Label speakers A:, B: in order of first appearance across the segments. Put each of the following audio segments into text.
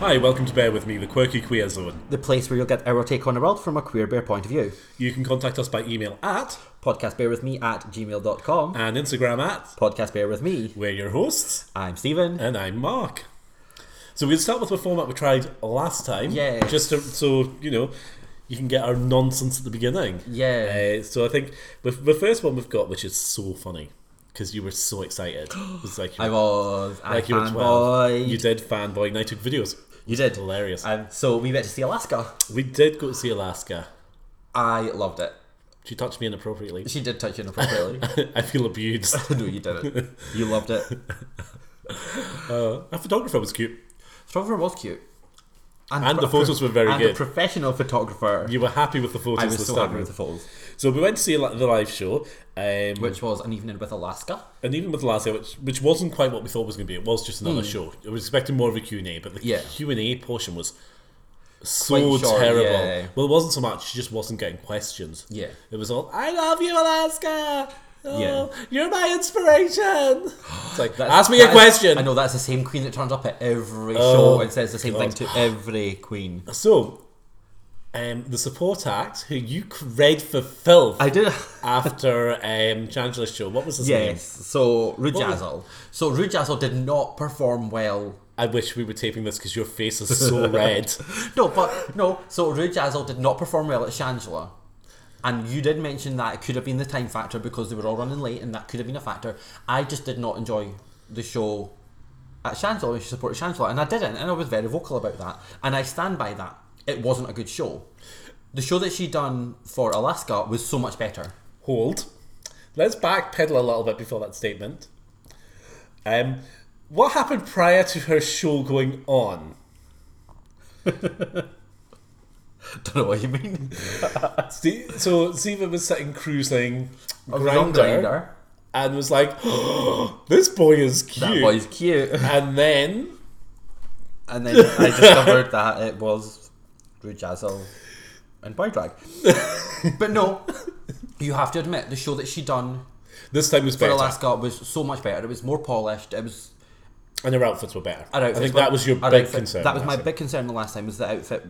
A: Hi, welcome to Bear With Me, the quirky queer zone.
B: the place where you'll get our take on the world from a queer bear point of view.
A: You can contact us by email at
B: Podcast bear with me at gmail.com.
A: and Instagram at.
B: Podcast bear with me.
A: We're your hosts,
B: I'm Stephen.
A: and I'm Mark. So we'll start with the format we tried last time.
B: Yes.
A: Just to, so, you know, you can get our nonsense at the beginning.
B: Yeah.
A: Uh, so I think the, the first one we've got, which is so funny, because you were so excited. It was like,
B: I was. I
A: like you were 12.
B: fanboyed.
A: You did fanboy night of videos.
B: You did.
A: Hilarious.
B: Um, so we went to see Alaska.
A: we did go to see Alaska.
B: I loved it.
A: She touched me inappropriately.
B: She did touch you inappropriately.
A: I feel abused.
B: no, you didn't. You loved it.
A: Our photographer was cute.
B: Photographer was cute.
A: And the photos were very
B: and
A: good.
B: a professional photographer.
A: You were happy with the photos.
B: I was
A: this
B: so
A: time.
B: happy with the photos.
A: So we went to see li- the live show, um,
B: Which was an evening with Alaska.
A: and even with last year, which which wasn't quite what we thought it was going to be. It was just another show. I was expecting more of a Q and A, but the
B: Hmm. Yeah.
A: Q and A portion was so
B: Quite short,
A: terrible.
B: yeah.
A: Well, it wasn't so much; she just wasn't getting questions.
B: Yeah.
A: it was all "I love you, Alaska." Oh,
B: Yeah.
A: you're my inspiration. It's like,
B: That's-
A: ask me a
B: that is-
A: question.
B: I know that's the same queen that turns up at every
A: Oh,
B: show and says the same
A: God.
B: thing to every queen.
A: So, um, the support act who you read for filth
B: I did.
A: after um, Changela's show. What was his name?
B: Yes. So
A: was-
B: Rujazzle. So Rujazzle did not perform well.
A: I wish we were taping this because your face is so red.
B: No, but no. So Rujazzle did not perform well at Shangela. And you did mention that it could have been the time factor because they were all running late and that could have been a factor. I just did not enjoy the show at Shangela when she supported Shangela and I didn't and I was very vocal about that. And I stand by that. It wasn't a good show. The show that she done for Alaska was so much better.
A: Hold. Let's backpedal a little bit before that statement. Um, what happened prior to her show going on?
B: Don't know what you mean.
A: See, so Ziva was sitting cruising
B: I was on
A: Grindr
B: Grindr.
A: and was like, "This boy is cute."
B: That boy's cute.
A: and then
B: And then I discovered that it was Rujazzle and Boy Drag. but no, you have to admit, the show that she done
A: this time was
B: for
A: better,
B: Alaska was so much better. It was more polished. It was.
A: and her outfits were better.
B: Our outfits
A: I think
B: were-
A: that was your
B: our
A: big
B: outfit-
A: concern.
B: That was my
A: last time.
B: big concern the last time was the outfit.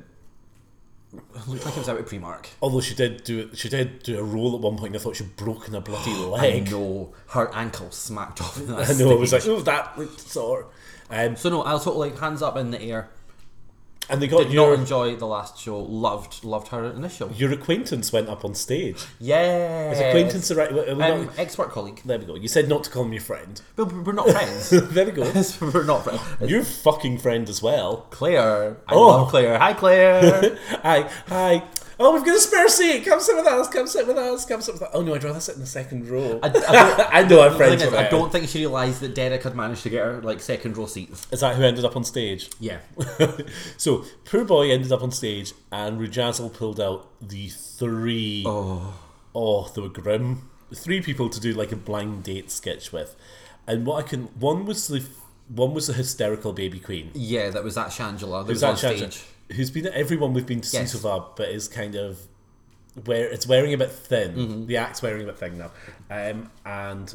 B: It looked like it was out of Primark.
A: Although she did do she did do a roll at one point. and I thought she'd broken a bloody leg.
B: I know her ankle smacked off. In that
A: I know. I was
B: stage.
A: like, "Oh, that looked sore." Um,
B: So no, I was totally like hands up in the air.
A: and they got
B: Did
A: your
B: not enjoy the last show. Loved, loved her in this show.
A: your acquaintance went up on stage.
B: Yeah.
A: Is acquaintance the right? well, well,
B: Um,
A: not-
B: expert colleague.
A: there we go. You said not to call him your friend.
B: But we're not friends.
A: there we go.
B: we're not friends.
A: Your fucking friend as well.
B: Claire. I
A: Oh.
B: love Claire. Hi, Claire.
A: Hi, hi. Oh, we've got a spare seat. Come sit with us. Come sit with us. Come sit with us. Oh no, I'd rather sit in the second row.
B: I-
A: I,
B: I don't-
A: know I'm
B: The thing
A: friends
B: is,
A: with
B: I
A: her.
B: don't think she realised that Derek had managed to get her like second row seats.
A: Is that who ended up on stage?
B: Yeah.
A: so poor boy ended up on stage, and Rujazzle pulled out the three oh they were grim. Three people to do like a blind date sketch with, and what I can one was the one was the hysterical baby queen.
B: Yeah, that was that Shangela.
A: It was
B: That was,
A: that
B: on stage.
A: Shanta, who's been at everyone we've been to
B: Yes.
A: see so far, but is kind of where it's wearing a bit thin.
B: Mm-hmm.
A: The act's wearing a bit thin now, um, and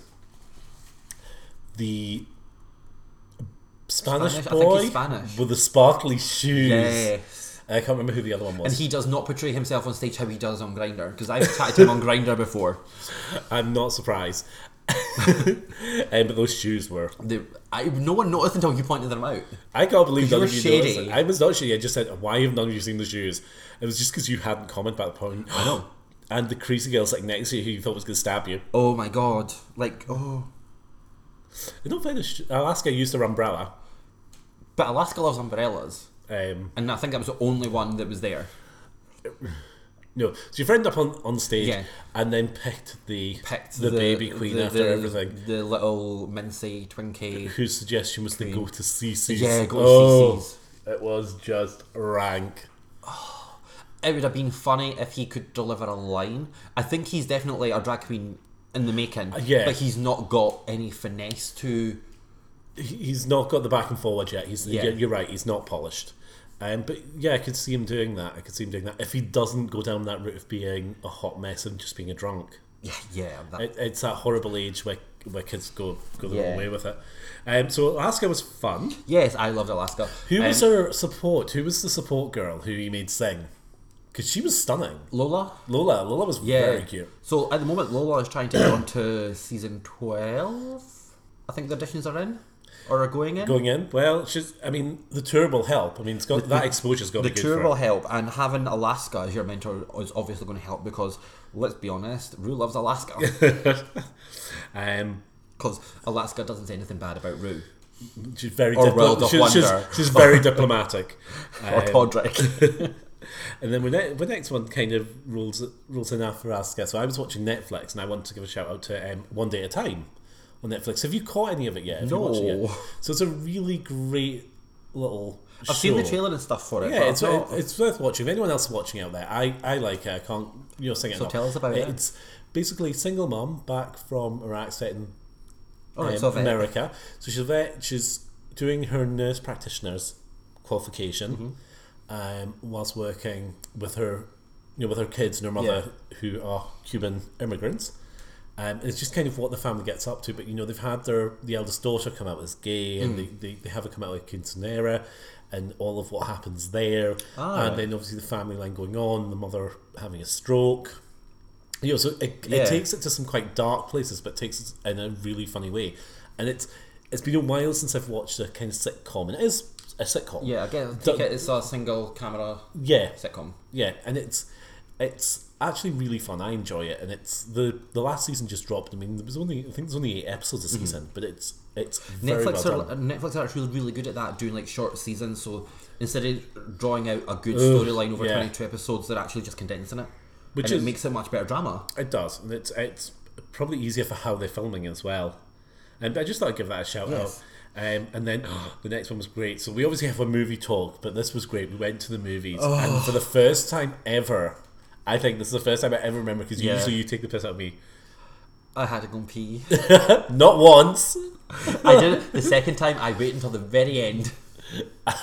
A: the Spanish,
B: Spanish? I think
A: boy
B: he's Spanish.
A: with the sparkly shoes.
B: Yes.
A: I can't remember who the other one
B: And
A: was.
B: he does not portray himself on stage how he does on Grinder because I've chatted to him on Grinder before.
A: I'm not surprised. um, but those shoes were.
B: The, I, no one noticed until you pointed them out.
A: I can't believe
B: You
A: none
B: were
A: of you noticed
B: shady.
A: it. I was not shady. I just said, why have none of you seen the shoes? It was just because you hadn't commented about the point. I
B: know.
A: And the crazy girl sitting next to you who you thought was going to stab you.
B: Oh my god! Like oh,
A: In all fairness, Alaska used her umbrella.
B: but Alaska loves umbrellas,
A: Um,
B: and I think that was the only one that was there.
A: no, so your friend up on, on stage
B: Yeah.
A: and then picked the
B: Picked
A: the, baby queen
B: the-
A: after
B: the-
A: everything.
B: The little Mincy Twinkie.
A: Whose suggestion was to go to CC's?
B: Yeah, go to CC's.
A: It was just rank.
B: it would have been funny if he could deliver a line. I think he's definitely a drag queen in the making.
A: Uh, yeah.
B: But he's not got any finesse to.
A: He- He's not got the back and forward yet. He's
B: Yeah.
A: you're, you're right. He's not polished. Um, but yeah, I could see him doing that. I could see him doing that if he doesn't go down that route of being a hot mess and just being a drunk.
B: Yeah, yeah. That,
A: It, it's that horrible age where, where kids go go the
B: Yeah.
A: wrong way with it. Um, so Alaska was fun.
B: yes, I loved Alaska.
A: Who was
B: Um,
A: her support? Who was the support girl who he made sing? Because she was stunning.
B: Lola?
A: Lola. Lola was
B: Yeah.
A: very cute.
B: So at the moment, Lola is trying to get on to season 12. I think the auditions are in or are going in.
A: Going in, well, she's. I mean, the tour will help. I mean, it's got that exposure's got to
B: the
A: be good
B: tour
A: for
B: will
A: her.
B: help, and having Alaska as your mentor is obviously going to help because let's be honest, Rue loves Alaska
A: Um,
B: because Alaska doesn't say anything bad about Rue
A: she's very.
B: Or World of
A: she's, she's-
B: Wonder.
A: she's very diplomatic.
B: or
A: Um,
B: Todrick.
A: And then the ne- the next one kind of rolls rolls in after Alaska. So I was watching Netflix, and I want to give a shout out to um, One Day at a Time on Netflix. Have you caught any of it yet? Have you watched it yet?
B: No.
A: So it's a really great little.
B: I've seen the
A: show.
B: trailer and stuff for it.
A: Yeah,
B: but
A: it's,
B: I've not-
A: it's worth watching. If anyone else watching out there, I, I like it. I can't, you know, sing it.
B: So
A: enough.
B: tell us about it.
A: It's basically single mum back from Iraq, set in
B: Oh, All right,
A: um,
B: so uh, if it-
A: America. So she's a vet. She's doing her nurse practitioner's qualification,
B: Mm-hmm.
A: um, whilst working with her, you know, with her kids and her mother who are Cuban immigrants. Um, it's just kind of what the family gets up to, but you know they've had their the eldest daughter come out as gay,
B: Mm.
A: and they, they, they have her come out like quinceanera, and all of what happens there,
B: Ah,
A: and then obviously the family line going on, the mother having a stroke, you know, so it,
B: Yeah.
A: it takes it to some quite dark places, but takes it in a really funny way. And it's it's been a while since I've watched a kind of sitcom, and it is a sitcom.
B: yeah, again,
A: Don't-
B: take it, it's a single camera
A: yeah,
B: sitcom.
A: yeah, and it's it's actually really fun. I enjoy it, and it's the the last season just dropped. I mean, there was only I think there's only eight episodes a season, but it's it's very
B: Mm-hmm. Netflix
A: well
B: are
A: done.
B: Netflix are actually really good at that, doing like short seasons. So instead of drawing out a good storyline over
A: yeah.
B: twenty two episodes, they're actually just condensing it,
A: Which
B: and
A: is-
B: it makes it much better drama.
A: It does, and it's it's probably easier for how they're filming as well. And I just thought I'd give that a shout
B: Yes.
A: out. Um, and then the next one was great. So we obviously have a movie talk, but this was great. We went to the movies,
B: Oh.
A: and for the first time ever, I think this is the first time I ever remember because
B: Yeah.
A: usually you take the piss out of me.
B: I had to go and pee.
A: Not once.
B: I did it the second time. I waited until the very end.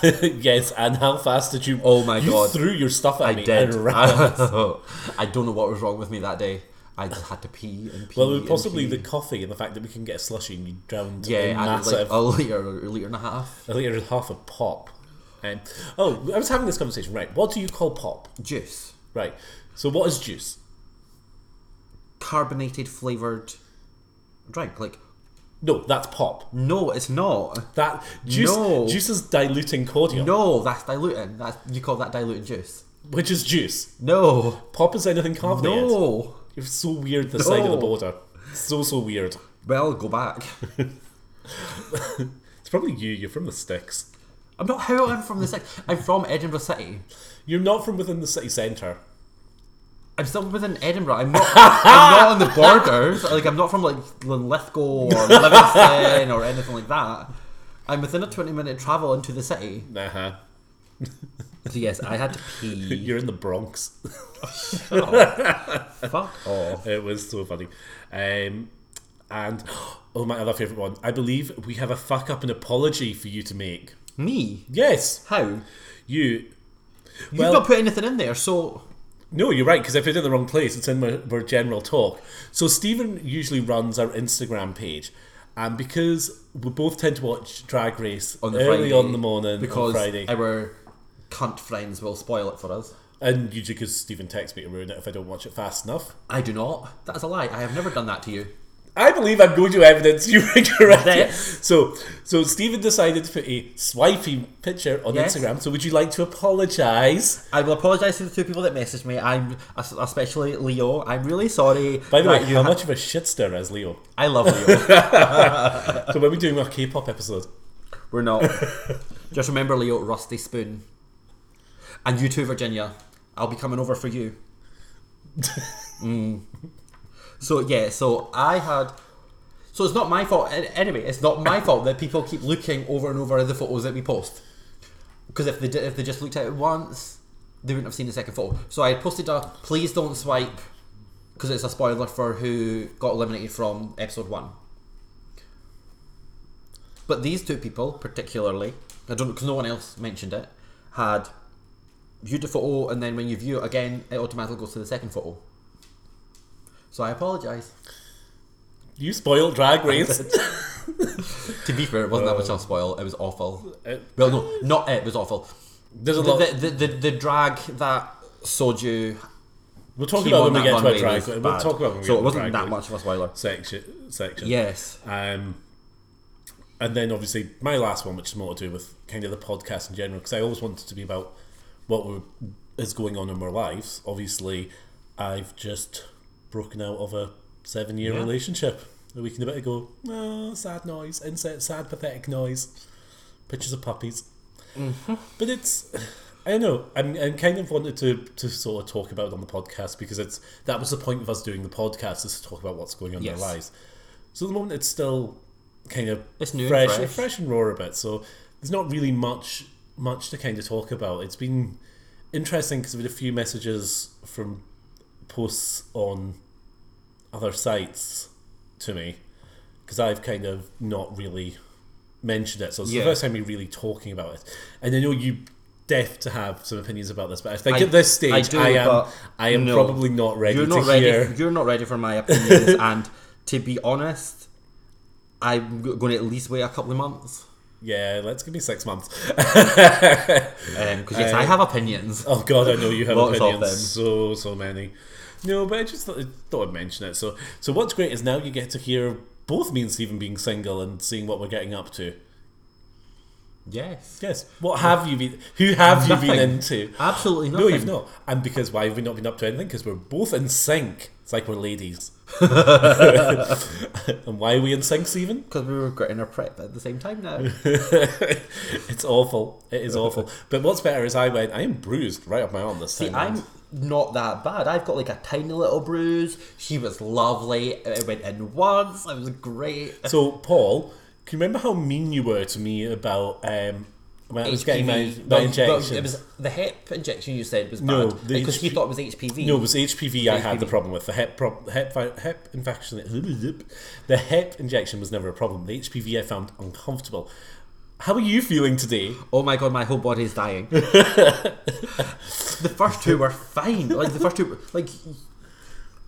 A: yes, and how fast did you?
B: Oh my
A: you
B: God.
A: threw your stuff at
B: I
A: me
B: did.
A: and ran.
B: I don't know what was wrong with me that day. I just had to pee and pee.
A: Well, it
B: and
A: was possibly
B: pee.
A: the coffee and the fact that we can get a slushy and you drowned in
B: yeah, I did like
A: massive.
B: a liter, a liter and a half
A: I think it was half a pop. Um, oh, I was having this conversation. Right, what do you call pop?
B: juice,
A: Right. So what is juice?
B: carbonated flavored drink. Like
A: No, that's pop.
B: no, it's not.
A: That juice.
B: No.
A: Juice is diluting cordial,
B: No, that's diluting. That's you call that diluting juice.
A: which is juice.
B: No,
A: Pop is anything carbonated.
B: no.
A: You're so weird. This side of the
B: No.
A: border. So so weird.
B: Well, go back.
A: It's probably you. You're from the sticks.
B: I'm not how I'm from the city. I'm from Edinburgh City.
A: You're not from within the city centre.
B: I'm still within Edinburgh. I'm not. I'm not on the borders. Like I'm not from like Linlithgow or Livingston or anything like that. I'm within a 20 minute travel into the city.
A: Uh huh.
B: So yes, I had to pee.
A: You're in the Bronx.
B: Fuck off.
A: It was so funny. Um, and oh, my other favourite one. I believe we have a fuck up and apology for you to make.
B: Me?
A: Yes,
B: How? You've
A: you.
B: not put anything in there, so
A: No, you're right, because I put it in the wrong place. It's in my, our general talk. So Stephen usually runs our Instagram page. And because we both tend to watch Drag Race
B: on the
A: early
B: Friday,
A: on the morning
B: because
A: on Friday,
B: our cunt friends will spoil it for us.
A: and usually because Stephen texts me to ruin it if I don't watch it fast enough,
B: I do not. That is a lie. I have never done that to you.
A: I believe I'm going to evidence you were correct.
B: Yes.
A: So, so Stephen decided to put a swipey picture on
B: Yes.
A: Instagram. So, would you like to apologise?
B: I will apologise to the two people that messaged me. I'm especially Leo. I'm really sorry.
A: By the
B: that
A: way,
B: you
A: how
B: ha-
A: much of a shit stirrer is Leo?
B: I love Leo.
A: So, when we're doing our K-pop episode,
B: We're not. Just remember, Leo, rusty spoon, and you too, Virginia. I'll be coming over for you. Mm. So yeah, so I had. So it's not my fault. An- Anyway, it's not my fault that people keep looking over and over at the photos that we post. Because if they did, if they just looked at it once, they wouldn't have seen the second photo. So I posted a please don't swipe because it's a spoiler for who got eliminated from episode one. But these two people, particularly, I don't because no one else mentioned it, had viewed the photo and then when you view it again, it automatically goes to the second photo. So I apologise.
A: You spoiled Drag Race.
B: To be fair, it wasn't that much of a spoil. It was awful.
A: Uh, It-
B: well, no, not it was awful.
A: Uh, There's a
B: The,
A: lot.
B: the, the, the, the drag that Soju
A: we'll talk
B: came
A: about
B: on
A: when we get
B: that one
A: to our
B: way
A: drag.
B: was
A: We'll
B: bad.
A: talk about when we get
B: So it
A: to
B: wasn't
A: drag
B: that
A: race
B: much of a spoiler.
A: section. Section.
B: Yes.
A: Um, and then obviously my last one, which is more to do with kind of the podcast in general, because I always wanted to be about what we're, is going on in our lives. Obviously, I've just broken out of a seven-year relationship a week and a bit ago. Oh, sad noise, insert sad, pathetic noise, Mm-hmm. pictures of puppies. But it's, I don't know. I'm, I'm kind of wanted to to sort of talk about it on the podcast because it's that was the point of us doing the podcast is to talk about what's going on in
B: Yes.
A: our lives. So at the moment, it's still kind of
B: It's new and
A: fresh,
B: fresh.
A: and raw a bit. So there's not really much much to kind of talk about. It's been interesting because we had a few messages from posts on other sites to me because I've kind of not really mentioned it. So it's
B: Yeah.
A: the first time you're really talking about it. And I know you deaf to have some opinions about this, but I think
B: I-
A: at this stage
B: I
A: I,
B: do,
A: am
B: but
A: I am
B: no.
A: probably not ready
B: You're not
A: to
B: ready.
A: hear.
B: You're not ready for my opinions. and to be honest, I'm going to at least wait a couple of months.
A: Yeah, let's give me six months. Um,
B: Because yes, I have opinions.
A: Oh God, I know you have
B: Lots of them.
A: opinions, so so many. No, but I just thought, thought I'd mention it. So so what's great is now you get to hear both me and Stephen being single and seeing what we're getting up to.
B: Yes.
A: Yes, what have you been? Who have you been
B: Nothing.
A: into?
B: Absolutely nothing.
A: No, you've not. And because why have we not been up to anything? Because we're both in sync. It's like we're ladies. and why are we in sync, Stephen?
B: Because we were getting our prep at the same time now.
A: it's awful. It is awful. But what's better is I went. I am bruised right up my arm this
B: See,
A: time.
B: I'm not that bad. I've got like a tiny little bruise. She was lovely. It went in once. It was great.
A: So, Paul, can you remember how mean you were to me about um, when I was getting my,
B: HPV.
A: my
B: Well,
A: injection?
B: well, It was the hip injection you said was bad.
A: No, the
B: because he
A: HP
B: thought it was HPV.
A: no, it was HPV, I had the
B: HPV.
A: problem with. The hep, prob- hep, vi- hep infection. The hep injection was never a problem. The HPV I found uncomfortable. How are you feeling today?
B: Oh my god, my whole body is dying. the first two were fine. Like the first two, like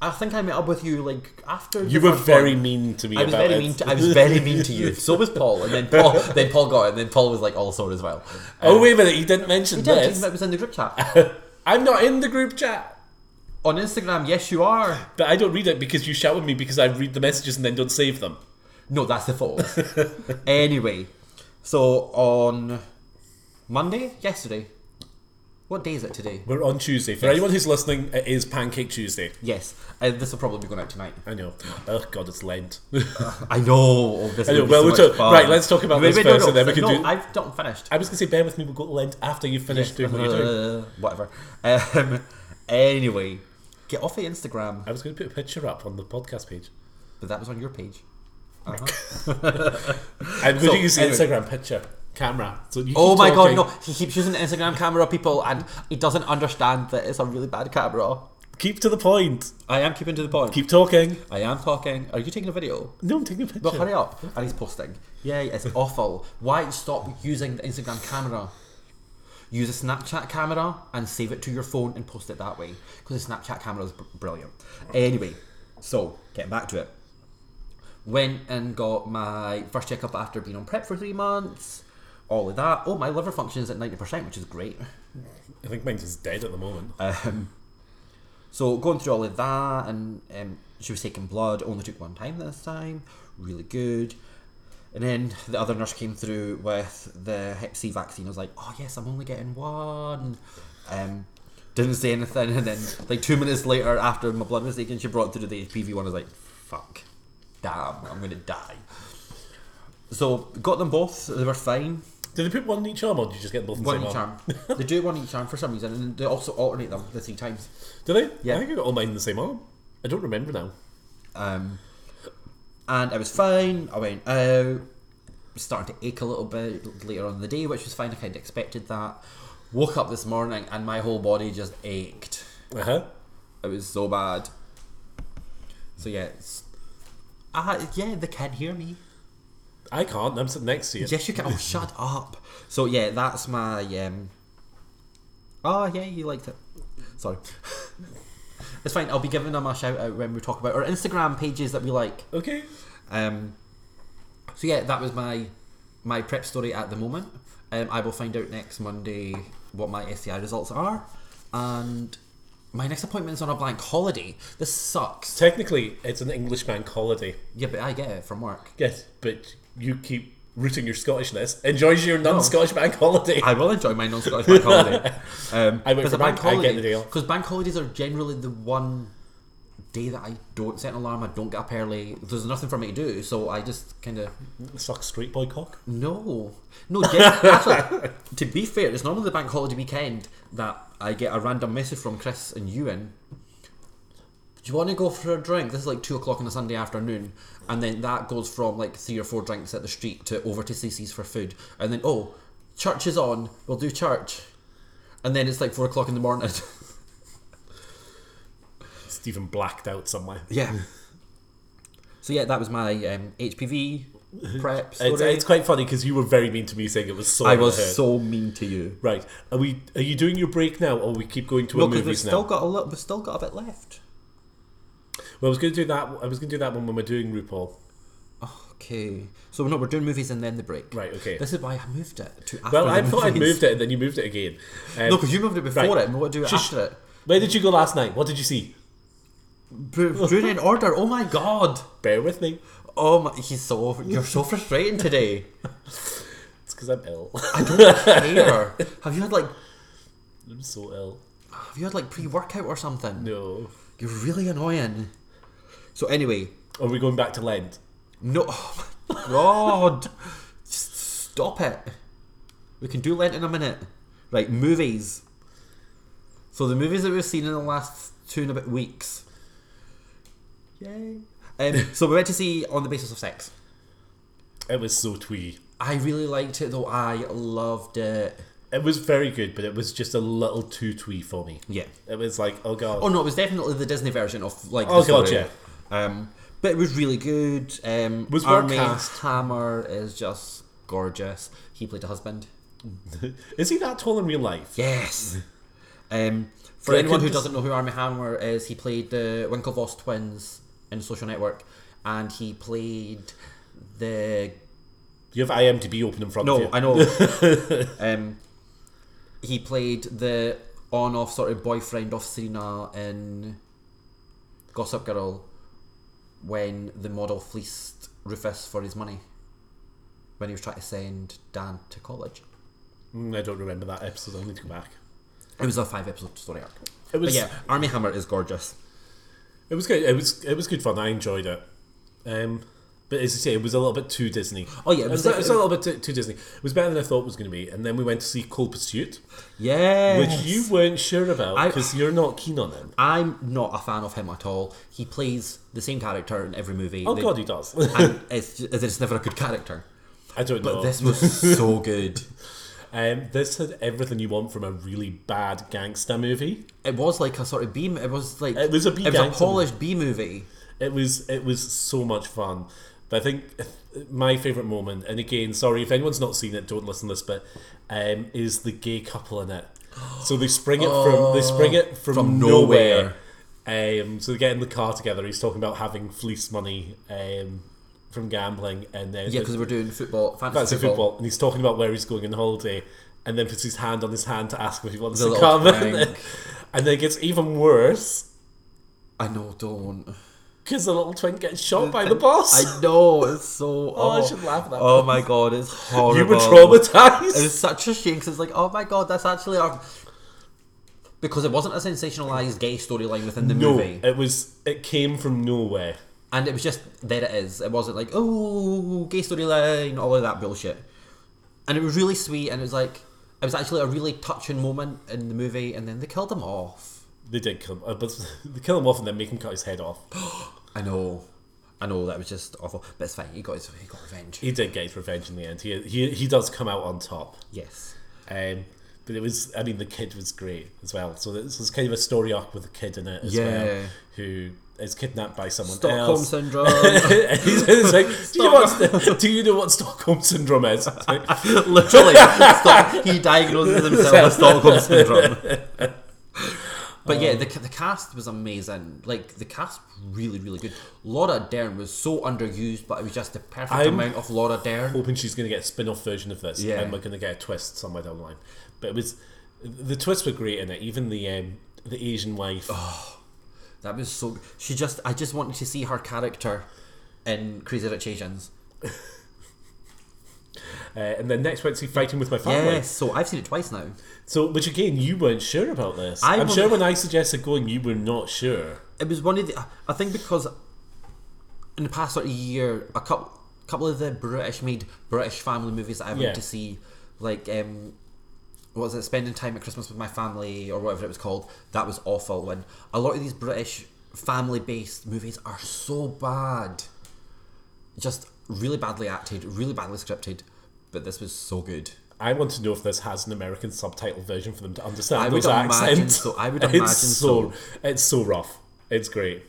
B: I think I met up with you like after.
A: You
B: the
A: were
B: first
A: very
B: one.
A: mean to me
B: I was
A: about
B: very
A: it.
B: mean. To, I was very mean to you. So was Paul, and then Paul, then Paul got it, and then Paul was like also as well.
A: oh, wait a minute. You didn't mention
B: Did you
A: this.
B: think that was in the group chat
A: I'm not in the group chat.
B: on Instagram? Yes, you are.
A: But I don't read it because you shout at me because I read the messages and then don't save them.
B: No, that's the photos. anyway, so on Monday, yesterday, what day is it today?
A: We're on Tuesday. For anyone who's listening, it is Pancake Tuesday.
B: Yes, uh, this will probably be going out tonight.
A: I know. Oh, God, it's Lent.
B: I know. This
A: I know, well,
B: will be so
A: we'll
B: much
A: talk-
B: fun.
A: right, let's talk about this first and then we can
B: no,
A: do-
B: I've not finished.
A: I was going to say, bear with me, we'll go to Lent after you've finished doing what you're doing.
B: Uh, whatever. Um, anyway, get off of Instagram.
A: I was going to put a picture up on the podcast page.
B: But that was on your page.
A: I'm going
B: So,
A: to use the
B: anyway.
A: Instagram picture camera. So you keep
B: Oh my
A: talking.
B: god, no! He keeps using the Instagram camera, people, and he doesn't understand that it's a really bad camera.
A: Keep to the point.
B: I am keeping to the point.
A: Keep talking.
B: I am talking. Are you taking a video?
A: No, I'm taking a picture.
B: Well, hurry up. And he's posting. Yay, it's awful. Why stop using the Instagram camera? Use a Snapchat camera and save it to your phone and post it that way. Because the Snapchat camera is br- brilliant. Anyway, so getting back to it. Went and got my first checkup after being on prep for three months. All of that. Oh, my liver function is at 90%, which is great.
A: I think mine's just dead at the moment.
B: Uh, So going through all of that, and um, she was taking blood. Only took one time this time. Really good. And then the other nurse came through with the Hep C vaccine. I was like, oh yes, I'm only getting one. Um, didn't say anything, and then like two minutes later, after my blood was taken, she brought through the HPV one. I was like, fuck, damn, I'm gonna die. So got them both. They were fine.
A: Did they put one in each arm or did you just get both in the
B: One
A: same
B: each
A: arm?
B: arm. They do one each arm for some reason, and they also alternate them the three times.
A: Did they?
B: Yeah.
A: I think I got all mine in the same arm. I don't remember now.
B: Um, and I was fine. I went out, started to ache a little bit later on in the day, which was fine. I kind of expected that. Woke up this morning and my whole body just ached.
A: Uh huh.
B: It was so bad. So yeah, it's, uh, yeah, they can't hear me.
A: I can't. I'm sitting next to you.
B: Yes, you can. Oh, shut up. So yeah, that's my. Um... Oh yeah, you liked it. Sorry. It's fine. I'll be giving them a shout out when we talk about our Instagram pages that we like.
A: Okay.
B: Um, so yeah, that was my my prep story at the moment. Um, I will find out next Monday what my SCI results are, and my next appointment is on a blank holiday. This sucks.
A: Technically, it's an English bank holiday.
B: Yeah, but I get it from work.
A: Yes, but you keep rooting your Scottishness. Enjoy your non-Scottish bank holiday.
B: I will enjoy my non-Scottish bank holiday. Um,
A: I work
B: 'cause
A: for
B: a bank
A: bank, I get
B: holiday,
A: the day off.
B: Because bank holidays are generally the one day that I don't set an alarm. I don't get up early. There's nothing for me to do, so I just kind of
A: Suck straight boy cock.
B: No, no. Gen- actually, to be fair, it's normally the bank holiday weekend that I get a random message from Chris and Ewan. Do you want to go for a drink? This is like two o'clock on a Sunday afternoon, and then that goes from like three or four drinks at the street to over to CC's for food, and then oh, church is on. We'll do church, and then it's like four o'clock in the morning.
A: Stephen blacked out somewhere.
B: yeah. So yeah, that was my um, HPV prep story.
A: It's, it's quite funny because you were very mean to me saying it was so.
B: I was
A: overheard.
B: so mean to you.
A: right. Are we? Are you doing your break now, or we keep going to
B: No,
A: our
B: because we've
A: movies now?
B: still got a lot. We've still got a bit left.
A: Well, I was going to do that. I was going to do that one when we're doing RuPaul.
B: Okay, so no, we're doing movies and then the break.
A: Right, okay.
B: This is why I moved it to after.
A: Well,
B: the
A: I thought I
B: movies.
A: moved it, and then you moved it again. Um,
B: No, because you moved it before
A: Right.
B: it, and what do it
A: Shush.
B: after it?
A: Where did you go last night? What did you see?
B: Bru- Brunei in order. Oh my god.
A: Bear with me.
B: Oh my, he's so you're so frustrating today.
A: It's because I'm ill.
B: Hair. Have you had like
A: I'm so ill.
B: have you had like pre-workout or something?
A: No.
B: You're really annoying. So anyway,
A: Are we going back to Lent?
B: no. Oh my god. Just stop it. We can do Lent in a minute. Right, movies. So the movies that we've seen in the last two and a bit weeks. Yay. Um, so we went to see On the Basis of Sex.
A: It was so twee.
B: I really liked it though. I loved it.
A: It was very good, but it was just a little too twee for me.
B: Yeah.
A: It was like, oh god.
B: Oh no, it was definitely the Disney version of like.
A: Oh,
B: the story.
A: God, yeah.
B: Um, but it was really good. Um,
A: Was well
B: Army
A: cast.
B: Hammer is just gorgeous. He played a husband.
A: Is he that tall in real life?
B: Yes. um, for
A: Can I-
B: anyone
A: can
B: who
A: just-
B: doesn't know who Army Hammer is, he played the Winklevoss twins in Social Network, and he played the
A: You have IMDb open in front of you.
B: no, I know. um, he played the on-off sort of boyfriend of Serena in Gossip Girl when the model fleeced Rufus for his money when he was trying to send Dan to college.
A: Mm, I don't remember that episode. I'll need to go back.
B: It was a five-episode story arc.
A: It was.
B: But yeah, Army Hammer is gorgeous.
A: It was good. It was. It was good fun. I enjoyed it. Um, but as you say, it was a little bit too Disney.
B: Oh, yeah,
A: it
B: it
A: was,
B: was
A: a- it was a little bit too, too Disney. It was better than I thought it was going to be. And then we went to see Cold Pursuit,
B: Yeah,
A: which you weren't sure about
B: I-
A: because you're not keen on him.
B: I'm not a fan of him at all. He plays the same character in every movie.
A: Oh
B: They-
A: God, he does.
B: and it's, it's never a good character.
A: I don't know.
B: But this was so good.
A: um, this had everything you want from a really bad gangster movie.
B: It was like a sort of B. It was like
A: It was a B
B: It was a
A: gangster
B: Polish B movie.
A: It was it was so much fun. But I think my favourite moment, and again, sorry if anyone's not seen it, don't listen to this bit, um, is the gay couple in it. So they spring it from they spring it from,
B: Oh, From
A: nowhere. Um, so they get in the car together. He's talking about having fleece money um, from gambling, and then
B: Yeah, because we're doing football, fantasy
A: that's a
B: football.
A: football, and he's talking about where he's going on holiday, and then puts his hand on his hand to ask if he wants
B: The
A: to
B: little
A: come,
B: prank.
A: and then it gets even worse
B: I know, don't.
A: because the little twink gets shot by the boss.
B: I know it's so.
A: Oh,
B: Oh,
A: I should laugh at that
B: Oh my god, it's horrible.
A: You were traumatized.
B: It was such a shame because it's like, oh my god, that's actually our. Because it wasn't a sensationalized gay storyline within the
A: no,
B: movie,
A: it was. It came from nowhere.
B: and it was just there. It is. It wasn't like oh gay storyline, all of that bullshit. And it was really sweet, and it was like it was actually a really touching moment in the movie, and then they killed him off.
A: They did kill him, uh, but they kill him off and then make him cut his head off.
B: I know, I know that was just awful, but it's fine. He got his he got revenge.
A: He did get his revenge in the end. He he, he does come out on top.
B: Yes.
A: Um, but it was. I mean, the kid was great as well. So this was kind of a story arc with a kid in it as well,
B: Yeah.
A: who is kidnapped by someone
B: Stockholm
A: else.
B: syndrome.
A: And he's, he's like, do you, want, do you know what Stockholm syndrome is? It's like,
B: Literally, Stock- he diagnoses himself with Stockholm syndrome. But But yeah, the, the cast was amazing. Like the cast, really, really good. Laura Dern was so underused, but it was just the perfect
A: I'm-
B: amount of Laura Dern.
A: hoping she's going to get a spin-off version of this.
B: Yeah.
A: and we're going to get a twist somewhere down the line. But it was the twists were great in it. Even the um, the Asian wife.
B: Oh. That was so. She just, I just wanted to see her character in Crazy Rich Asians.
A: Uh, and then next went to see fighting with my family.
B: Yes, so I've seen it twice now.
A: So, which again, you weren't sure about this.
B: I
A: I'm sure
B: wasn't-
A: when I suggested going, you were not sure.
B: It was one of the. I think because in the past sort of year, a couple, couple of the British-made British family movies that I went
A: Yeah.
B: to see, like um, what was it? Spending time at Christmas with my family or whatever it was called. That was awful. And a lot of these British family-based movies are so bad, just really badly acted, really badly scripted. But this was so good.
A: I want to know if this has an American subtitle version for them to understand
B: I would
A: those
B: imagine
A: accents.
B: so- I would
A: it's
B: imagine
A: so, It's so rough. It's great.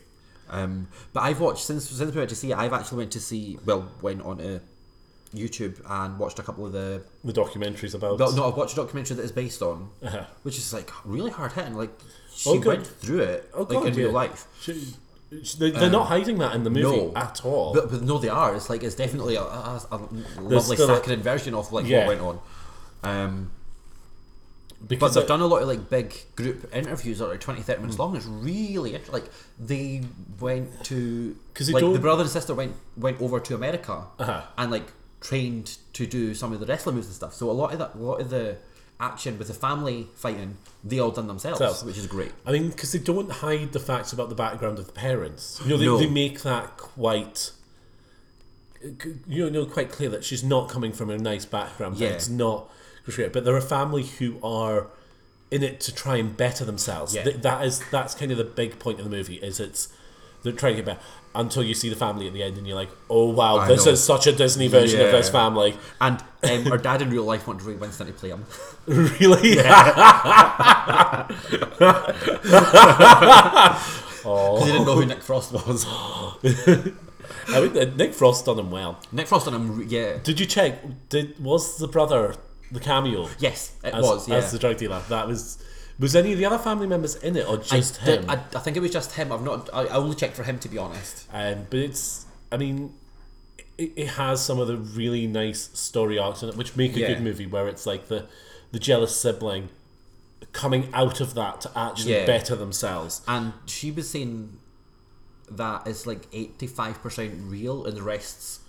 B: Um, but I've watched since since we went to see it. I've actually went to see. Well, went on to YouTube and watched a couple of the.
A: The documentaries about.
B: Well, no, I've watched a documentary that is based on,
A: Uh-huh.
B: which is like really hard hitting. Like she
A: Oh, good.
B: went through it,
A: Oh,
B: like
A: God,
B: in real
A: yeah.
B: life.
A: She- she- they- they're not hiding that in the movie
B: Um, no.
A: at all.
B: But, but no, they are. It's like it's definitely a, a, a
A: There's
B: lovely
A: still a-
B: saccharine version of like
A: Yeah.
B: what went on. Um, but
A: because Hmm.
B: they've
A: it-
B: done a lot of like big group interviews that are 20 30 minutes long it's really int- like they went to
A: 'Cause they
B: like the
A: don't-
B: brother and sister went went over to america
A: Uh-huh.
B: and like trained to do some of the wrestling moves and stuff so a lot of that a lot of the action with the family fighting they all done themselves
A: Selves.
B: which is great
A: I mean, because they don't hide the facts about the background of the parents. You know, they,
B: No.
A: they make that quite. You know, quite clear that she's not coming from a nice background. that
B: Yeah.
A: It's not. But they're a family who are in it to try and better themselves.
B: Yeah.
A: Th- that is that's kind of the big point of the movie. Is it's they're trying to get better until you see the family at the end and you're like, oh wow,
B: I
A: this
B: know.
A: is such a Disney version of this
B: Yeah.
A: family.
B: and um, her dad in real life wanted Ray Winston to play him
A: Really?
B: because he didn't
A: Oh.
B: know who Nick Frost was
A: I mean, uh, Nick Frost done him well.
B: Nick Frost and him re- yeah
A: Did you check? Did was the brother the cameo?
B: yes it
A: as,
B: was yeah
A: as the drug dealer. That was. Was any of the other family members in it, or just
B: I, did-
A: him?
B: I, I think it was just him I've not I, I only checked for him to be honest
A: um, but it's. I mean, it, it has some of the really nice story arcs in it, which make a
B: Yeah.
A: good movie. Where it's like the the jealous sibling coming out of that to actually
B: Yeah.
A: better themselves.
B: And she was saying that it's like eighty five percent real, and the rest's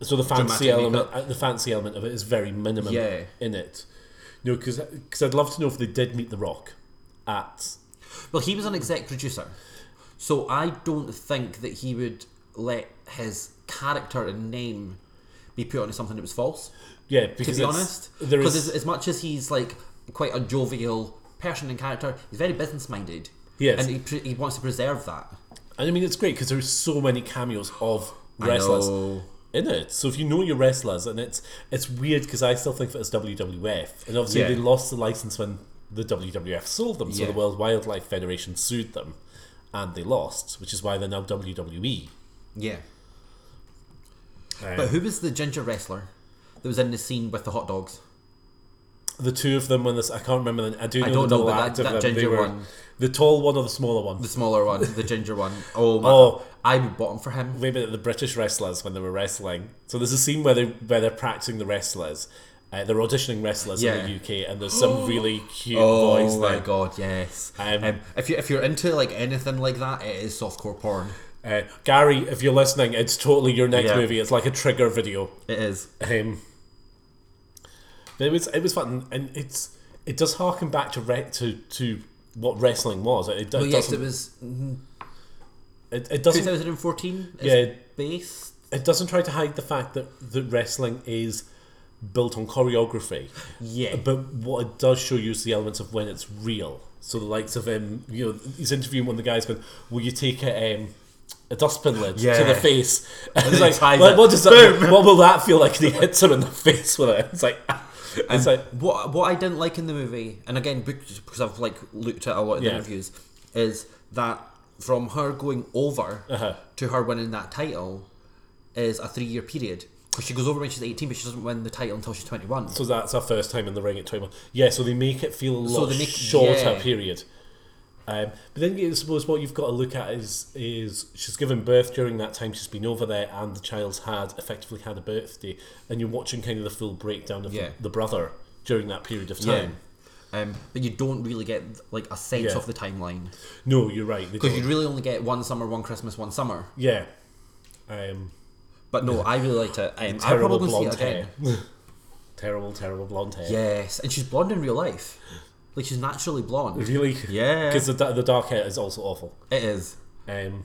A: So the fancy
B: Dramatic
A: element, uh, the fancy element of it is very minimum
B: Yeah.
A: in it. You know, because I'd love to know if they did meet the Rock at.
B: well, he was an exec producer, so I don't think that he would let his character and name be put onto something that was false.
A: Yeah, because
B: To be
A: it's-
B: honest,
A: there
B: because
A: is
B: as, as much as he's like quite a jovial person and character, he's very business minded.
A: Yes.
B: and he, pre- he wants to preserve that.
A: And I mean, it's great because there's so many cameos of
B: I
A: wrestlers
B: know.
A: in it. So if you know your wrestlers, and it's it's weird because I still think of it as WWF, and obviously
B: Yeah.
A: they lost the license when the WWF sold them, so
B: Yeah.
A: the World Wildlife Federation sued them, and they lost, which is why they're now E. WWE.
B: Yeah,
A: Um,
B: but who was the ginger wrestler that was in the scene with the hot dogs?
A: the two of them when this I can't remember. The, I do know
B: I don't
A: the double
B: know, but that-
A: act of
B: that
A: them. They
B: ginger
A: were
B: one.
A: the tall one or the smaller one.
B: The smaller one, the ginger one. Oh my!
A: Oh.
B: I would bottom for him.
A: Wait a minute, the British wrestlers when they were wrestling. So there's a scene where they where they're practicing the wrestlers. Uh, they're auditioning wrestlers
B: Yeah.
A: in the UK, and there's some really cute
B: Oh
A: boys
B: my
A: there.
B: god, yes.
A: Um,
B: Um, if you if you're into like anything like that, it is softcore porn.
A: Uh, Gary, if you're listening, it's totally your next
B: Yeah.
A: movie. It's like a trigger video.
B: It is.
A: Um, but it was it was fun, and it's it does harken back to re- to to what wrestling was. It, it,
B: Well, yes, it
A: doesn't,
B: was
A: it, it doesn't
B: 2014. It's
A: Yeah.
B: based.
A: it doesn't try to hide the fact that that wrestling is built on choreography.
B: Yeah.
A: But what it does show you is the elements of when it's real. So the likes of him, you know, he's interviewing one of the guys going, "Will you take a um, a dustbin lid to the
B: Yeah.
A: face?" And
B: then
A: it's
B: he
A: like,
B: ties
A: "What-
B: it.
A: what does that? What will that feel like?" And he hits him in the face with it. It's like, it's like,
B: What what I didn't like in the movie, and again because I've like looked at a lot of the
A: Yeah.
B: interviews, is that from her going over
A: Uh-huh.
B: to her winning that title is a three year period. 'Cause she goes over when she's 18, but she doesn't win the title until she's 21.
A: so that's our first time in the ring at 21. Yeah, so they make it feel a lot
B: they make-
A: shorter
B: yeah.
A: period. Um, but then you suppose what you've got to look at is is she's given birth during that time she's been over there and the child's had effectively had a birthday and you're watching kind of the full breakdown of
B: Yeah.
A: the, the brother during that period of
B: Yeah.
A: time.
B: Um, but you don't really get like a sense
A: Yeah.
B: of the timeline
A: No, you're right. they
B: because
A: don't.
B: you really only get one summer, one Christmas, one summer.
A: yeah. Um,
B: But no, I really liked it. Um, I
A: terrible
B: probably see
A: blonde
B: it again.
A: hair. terrible, terrible blonde hair.
B: Yes, and she's blonde in real life. Like she's naturally blonde.
A: Really?
B: Yeah.
A: Because the, da- the dark hair is also awful.
B: It is.
A: Um,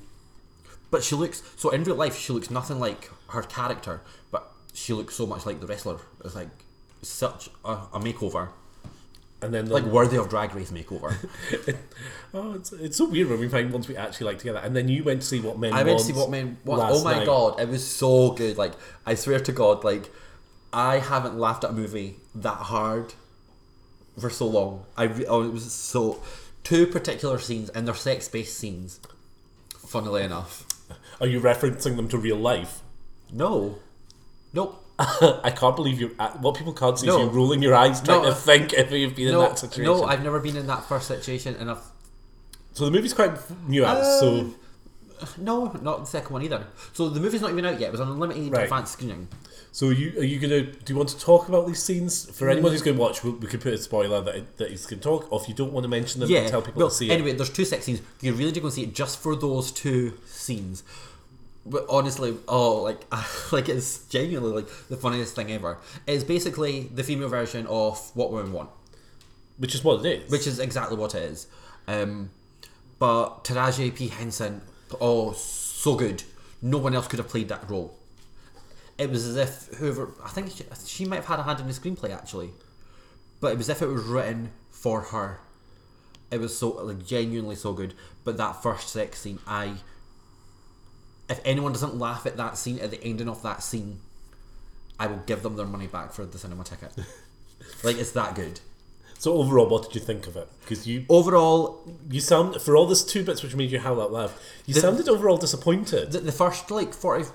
B: But she looks so in real life she looks nothing like her character, but she looks so much like the wrestler. It's like such a, a makeover,
A: and then the,
B: like worthy of Drag Race makeover.
A: oh, it's, it's so weird when we find ones we actually like together. And then you went to see what men.
B: I went to
A: Want
B: see what men. What,
A: last
B: oh my
A: night.
B: god, it was so good. Like I swear to God, like I haven't laughed at a movie that hard for so long. I re- oh, it was so two particular scenes and they're sex based scenes. Funnily enough,
A: Are you referencing them to real life?
B: no, nope.
A: I can't believe you're. At, what people can't see
B: No.
A: is you rolling your eyes trying
B: No.
A: to think if you've been in
B: No,
A: that situation.
B: no, I've never been in that first situation, and I've
A: so the movie's quite new out,
B: Um,
A: so.
B: No, not the second one either. So the movie's not even out yet. It was on unlimited
A: Right.
B: advanced screening.
A: So are you are you gonna do you want to talk about these scenes for
B: Mm.
A: anyone who's going to watch? We, we could put a spoiler that it, that he's going to talk. Or if you don't want to mention them,
B: Yeah.
A: tell people
B: well,
A: to see
B: anyway, there's two sex scenes. You really do go and see it just for those two scenes. But honestly, oh, like, like it's genuinely like the funniest thing ever. It's basically the female version of What Women Want,
A: it, which is what it is.
B: which is exactly what it is. Um, but Taraji P Henson, oh, so good. No one else could have played that role. It was as if whoever I think she, she might have had a hand in the screenplay actually, but it was as if it was written for her. It was so like genuinely so good. But that first sex scene, I if anyone doesn't laugh at that scene at the ending of that scene, I will give them their money back for the cinema ticket. like it's that good.
A: so overall, what did you think of it? Because you
B: Overall,
A: you sound for all those two bits which made you howl out loud. You sounded overall disappointed.
B: the, the first like 40,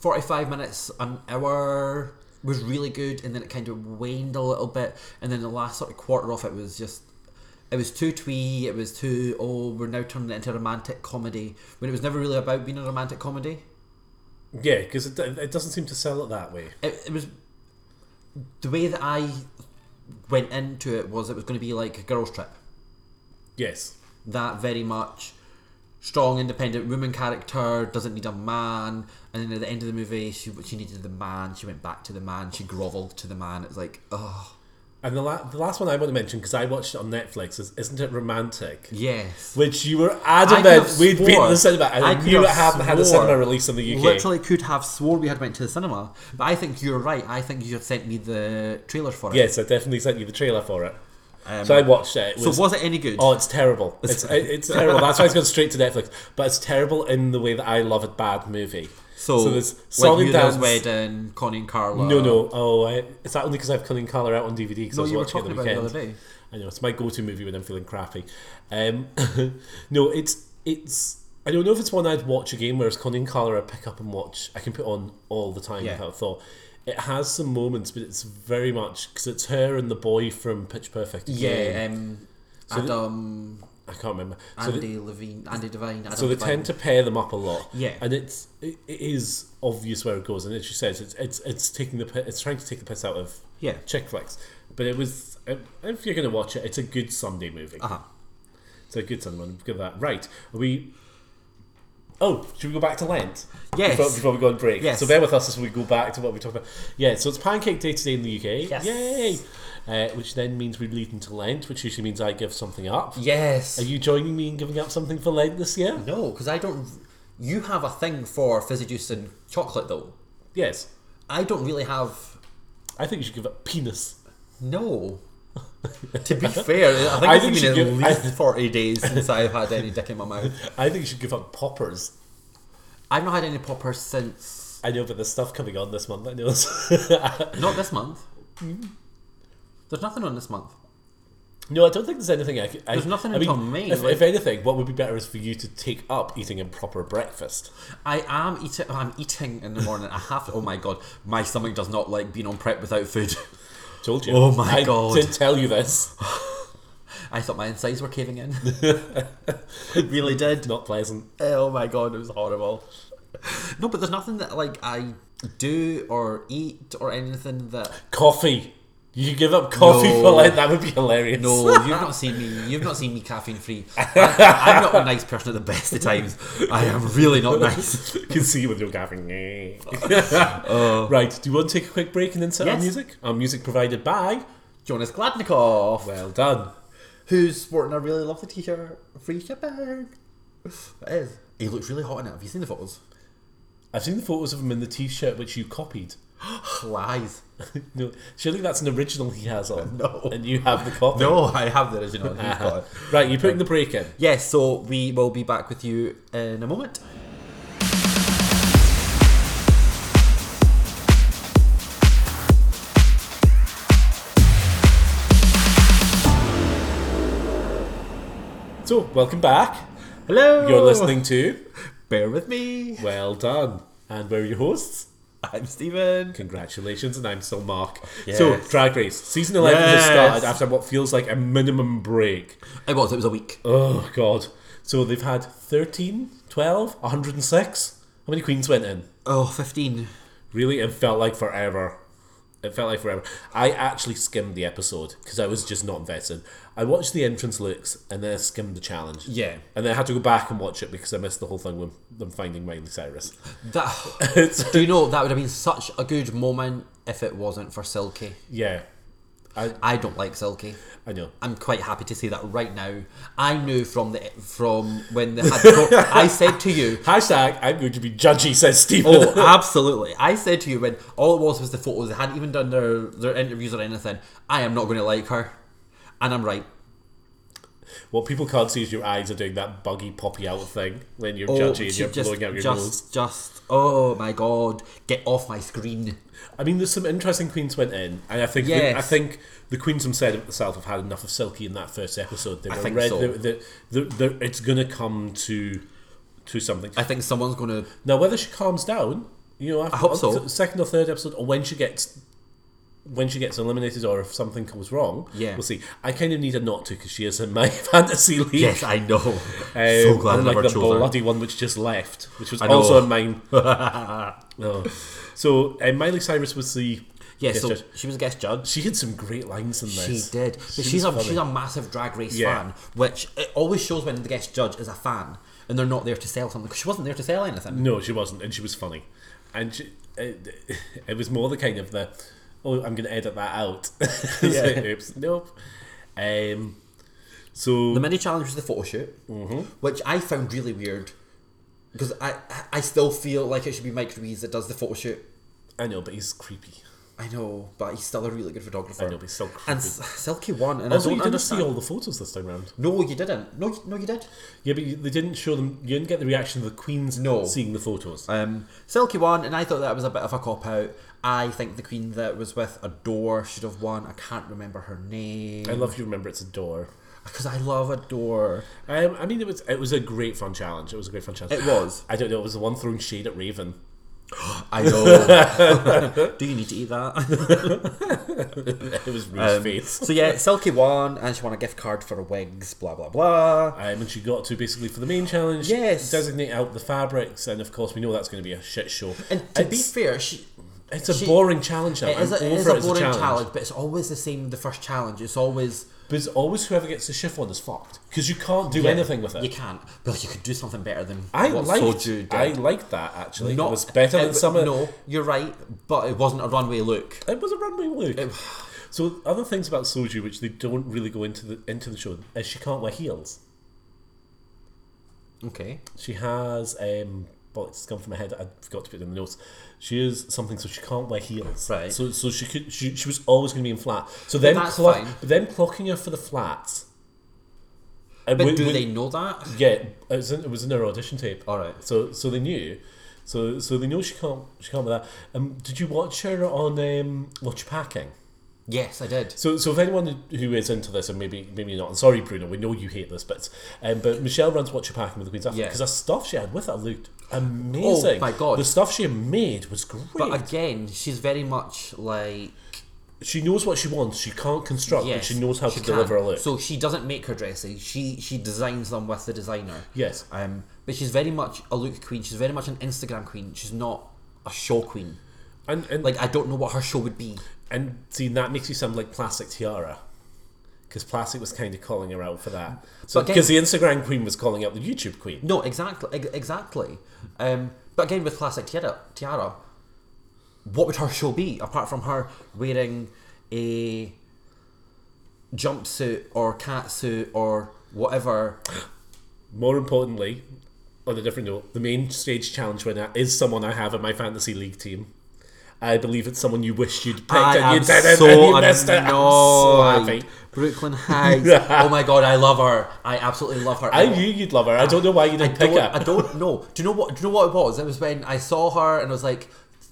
B: 45 minutes an hour was really good and then it kind of waned a little bit and then the last sort of quarter of it was just it was too twee it was too oh we're now turning it into a romantic comedy when it was never really about being a romantic comedy
A: yeah, because it, it doesn't seem to sell it that way.
B: it, it was the way that i went into it was it was going to be like a girls trip
A: Yes,
B: that very much strong, independent woman character doesn't need a man. And then at the end of the movie, she she needed the man. She went back to the man. She grovelled to the man. It's like, oh
A: and the, la- the last one I want to mention because I watched it on Netflix is isn't it romantic?
B: yes.
A: Which you were
B: could
A: adamant
B: have
A: we'd been in
B: swore-
A: the cinema, and
B: I
A: I
B: could
A: knew it
B: have
A: hadn't had a
B: swore-
A: cinema release in the UK.
B: Literally could have swore we had went to the cinema, but I think you're right. I think you had sent me the trailer for it.
A: Yes, I definitely sent you the trailer for it. so I watched it. it
B: Um, So
A: was,
B: was it any good?
A: oh, it's terrible. It's, it- it's terrible. That's why it's gone straight to Netflix. But it's terrible in the way that I love a bad movie.
B: so,
A: there's
B: like
A: Solid
B: Muriel's
A: Dance-
B: wedding, Connie and Carla.
A: No, no. Oh, I, is that only because I've Cunning Colour out on DVD? Because I
B: No,
A: was
B: you were
A: watching
B: talking
A: it
B: about
A: the
B: it the
A: weekend.
B: other day.
A: I know it's my go-to movie when I'm feeling crappy. Um, no, it's it's. I don't know if it's one I'd watch again. Whereas Conning Collar, I pick up and watch. I can put on all the time
B: Yeah.
A: without thought. It has some moments, but it's very much because it's her and the boy from Pitch Perfect. again.
B: Yeah, um,
A: the-
B: Adam,
A: I can't remember. So the-
B: Andy Levine, Andy Devine. Adam
A: so they
B: Devine.
A: tend to pair them up a lot.
B: Yeah.
A: and it's it, it is obvious where it goes, and as she says, it's it's it's taking the pi- it's trying to take the piss out of
B: Yeah.
A: chick flicks. But it was if if you're going to watch it, it's a good Sunday movie.
B: Uh-huh.
A: It's a good Sunday one. Give that right. Are we. Oh, should we go back to Lent?
B: Yes.
A: Before, before we go on break.
B: Yes.
A: So bear with us as we go back to what we talked about. Yeah, so it's Pancake Day today in the UK.
B: Yes.
A: Yay! Uh, which then means we lead into Lent, which usually means I give something up.
B: Yes.
A: Are you joining me in giving up something for Lent this year?
B: No, because I don't. You have a thing for fizzy juice and chocolate, though.
A: Yes.
B: I don't really have.
A: I think you should give up penis.
B: No. to be fair, I think
A: I
B: it's
A: think
B: been
A: you should
B: at
A: give-
B: least forty days since I've had any dick in my mouth.
A: I think you should give up poppers.
B: I've not had any poppers since
A: I know, but there's stuff coming on this month. I know.
B: not this month.
A: Mm-hmm.
B: There's nothing on this month.
A: no, I don't think there's anything. I, c- I-
B: There's nothing
A: I
B: until
A: mean,
B: May,
A: If,
B: like-
A: if anything, what would be better is for you to take up eating a proper breakfast.
B: I am eating. I'm eating in the morning. I have to. Oh my god, my stomach does not like being on prep without food.
A: Told you.
B: Oh my
A: I
B: God.
A: Did tell you this.
B: I thought my insides were caving in. it really did.
A: Not pleasant.
B: Oh my god, it was horrible. No, but there's nothing that like I do or eat or anything that
A: Coffee. You give up coffee
B: No.
A: for like that would be hilarious.
B: No, you've not seen me. You've not seen me caffeine free. I'm not a nice person at the best of times. I am really not nice.
A: You can see with your gaffing. right, do you want to take a quick break and then set our
B: Yes.
A: music? Our music provided by.
B: Jonas Gladnikov,
A: Well done.
B: who's sporting a really lovely t-shirt, free shipping. It is. He looks really hot in it. Have you seen the photos?
A: I've seen the photos of him in the t shirt which you copied.
B: Lies.
A: No, surely that's an original he has on.
B: No.
A: And you have the copy.
B: No, I have the original. He's got it.
A: Right, you're putting the break in.
B: Yes, so we will be back with you in a moment.
A: So, welcome back.
B: Hello.
A: You're listening to
B: Bear with me.
A: Well Done. And we're your hosts.
B: I'm Stephen.
A: Congratulations, and I'm still Mark.
B: Yes.
A: So, Drag Race, season 11 has
B: Yes.
A: started after what feels like a minimum break.
B: It was. It was a week.
A: Oh, God. So, they've had 13, 12, 106. How many queens went in?
B: Oh, 15.
A: Really, it felt like forever. It felt like forever. I actually skimmed the episode because I was just not invested. I watched the entrance looks and then I skimmed the challenge.
B: Yeah.
A: And then I had to go back and watch it because I missed the whole thing with them finding Miley Cyrus.
B: That.
A: It's,
B: Do you know that would have been such a good moment if it wasn't for Silky?
A: yeah,
B: I don't like Silky.
A: I know.
B: I'm quite happy to say that right now. I knew from the from when they had. The, I said to you.
A: Hashtag, I'm going to be judgy, says Stephen.
B: Oh, absolutely! I said to you when all it was was the photos. They hadn't even done their their interviews or anything. I am not going to like her, and I'm right.
A: What people can't see is your eyes are doing that buggy poppy out thing when you're
B: Oh,
A: judgy and
B: she
A: you're blowing out your
B: just,
A: nose.
B: just. Oh my god! Get off my screen.
A: I mean, there's some interesting queens went in, and I think the-
B: Yes.
A: I think the queens themselves have had enough of Silky in that first episode. They were
B: think
A: ready.
B: so.
A: they- they- they- they- it's going to come to to something.
B: I think someone's going to.
A: now, whether she calms down, you know, after
B: hope
A: on
B: so.
A: th- second or third episode, or when she gets when she gets eliminated, or if something goes wrong,
B: Yeah.
A: we'll see. I kind of need her not to because she is in my fantasy league.
B: Yes, I know.
A: Um,
B: so glad I
A: unlike
B: never
A: the
B: chose her.
A: bloody one which just left, which was
B: know.
A: also in mine. Oh. So um, Miley Cyrus was the
B: Yeah,
A: guest
B: so
A: judge.
B: she was a guest judge.
A: She had some great lines in
B: She
A: this.
B: did, but
A: She
B: she's
A: was
B: a she's
A: funny.
B: a massive Drag Race
A: Yeah.
B: fan, which it always shows when the guest judge is a fan and they're not there to sell something. 'cause she wasn't there to sell anything.
A: No, she wasn't, and she was funny, and she, it, it was more the kind of the, oh, I'm going to edit that out. It's like,
B: Yeah.
A: Oops, nope. Um, so
B: The mini challenge was the photo shoot,
A: Mm-hmm.
B: which I found really weird because I I still feel like it should be Mike Ruiz that does the photo shoot.
A: I know, but he's creepy.
B: I know, but he's still a really good photographer.
A: I know, but he's still creepy.
B: and S- Silky won, and
A: also,
B: I
A: you
B: don't
A: didn't
B: understand.
A: see all the photos this time round.
B: no, you didn't. No, you, no, you did.
A: Yeah, but you, they didn't show them. You didn't get the reaction of the queens
B: No.
A: seeing the photos.
B: Um, Silky won, and I thought that was a bit of a cop out. I think the queen that was with Adore should have won. I can't remember her
A: I
B: name
A: love you. Remember, it's a door.
B: because I love Adore.
A: Um, I mean, it was it was a great fun challenge. It was a great fun challenge.
B: It was.
A: I don't know. It was the one throwing shade at Raven.
B: I know. Do you need to eat that?
A: It was Rue's
B: Um,
A: face.
B: so yeah, Silky won, and she won a gift card for her wigs. Blah blah blah.
A: Um, and she got to basically for the main challenge.
B: Yes.
A: Designate out the fabrics, and of course we know that's going to be a shit show.
B: And to
A: it's,
B: be fair, she.
A: it's a
B: she-
A: boring challenge. Now.
B: It is,
A: I'm
B: a, it is
A: over
B: a
A: it as
B: boring
A: challenge.
B: challenge. but it's always the same. The first challenge, it's always
A: But it's always whoever gets the chiffon is fucked because you can't do anything with it.
B: You can't, but you could do something better than
A: I
B: what
A: liked.
B: Soju did.
A: I liked that actually. it was better
B: it
A: than
B: w-
A: some of.
B: No, you're right, but it wasn't a runway look.
A: It was a runway look. so other things about Soju which they don't really go into the into the show is she can't wear heels.
B: Okay.
A: She has um well, it's gone from my head. I forgot to put it in the notes. She is something, so she can't wear heels.
B: Right.
A: So, so she could. She, she was always going to be in flat. So then,
B: that's
A: clock,
B: fine.
A: but then clocking her for the flats.
B: But do they know that?
A: Yeah, it was, in, it was in her audition tape.
B: All right.
A: So, so they knew. So, so they know she can't. She can't wear that. Um, did you watch her on um, Watch Packing?
B: Yes, I did.
A: So, so if anyone who is into this, and maybe maybe not, and sorry, Bruno, we know you hate this, but um, but Michelle runs Watch Your Packing with the Queen's Africa
B: Yeah.
A: because the stuff she had with her looked amazing.
B: my God.
A: the stuff she made was great.
B: But again, she's very much like
A: she knows what she wants. She can't construct, but
B: Yes,
A: Oh, she knows how to
B: can.
A: deliver a look.
B: So she doesn't make her dresses. She she designs them with the designer.
A: Yes.
B: Um, but she's very much a look queen. She's very much an Instagram queen. She's not a show queen.
A: and and
B: Like I don't know what her show would be.
A: and see that makes you sound like Plastic Tiara, because Plastic was kind of calling her out for that. So
B: But again-
A: because the Instagram queen was calling out the YouTube queen.
B: No, exactly, ex- exactly. Um, but again, with classic tiara, tiara, what would her show be apart from her wearing a jumpsuit or catsuit or whatever?
A: More importantly, on a different note, the main stage challenge winner is someone I have in my fantasy league team. I believe it's someone you wished you'd picked
B: I
A: and
B: am
A: you didn't,
B: so
A: and you missed it. I'm so
B: annoyed.
A: happy.
B: Brooklyn Heights. oh my god, I love her. I absolutely love her.
A: I
B: love-
A: knew you'd love her. I don't know why you
B: I
A: didn't pick
B: don't,
A: her.
B: I don't know. Do you know what? Do you know what it was? It was when I saw her and I was like,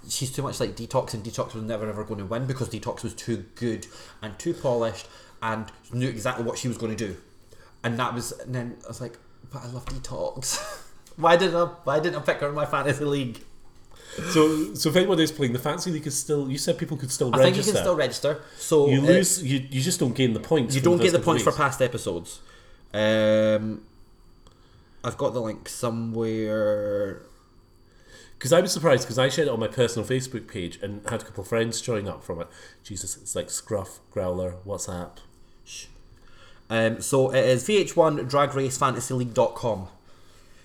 B: she's too much like Detox, and Detox was never ever going to win because Detox was too good and too polished and knew exactly what she was going to do. And that was, and then I was like, but I love Detox. why didn't I? Why didn't I pick her in my fantasy league?
A: So, so if anyone is playing, the fancy league is still. You said people could still
B: I think
A: register.
B: you can still register. So
A: you
B: uh,
A: lose. You, you just don't gain the points.
B: You
A: for
B: don't get
A: first
B: the
A: couple
B: points
A: of
B: for
A: weeks.
B: past episodes. Um, I've got the link somewhere.
A: Because I was surprised because I shared it on my personal Facebook page and had a couple of friends showing up from it. Jesus, it's like Scruff, Growler, WhatsApp.
B: Um, so it is VH1 Drag Race Fantasy League.com.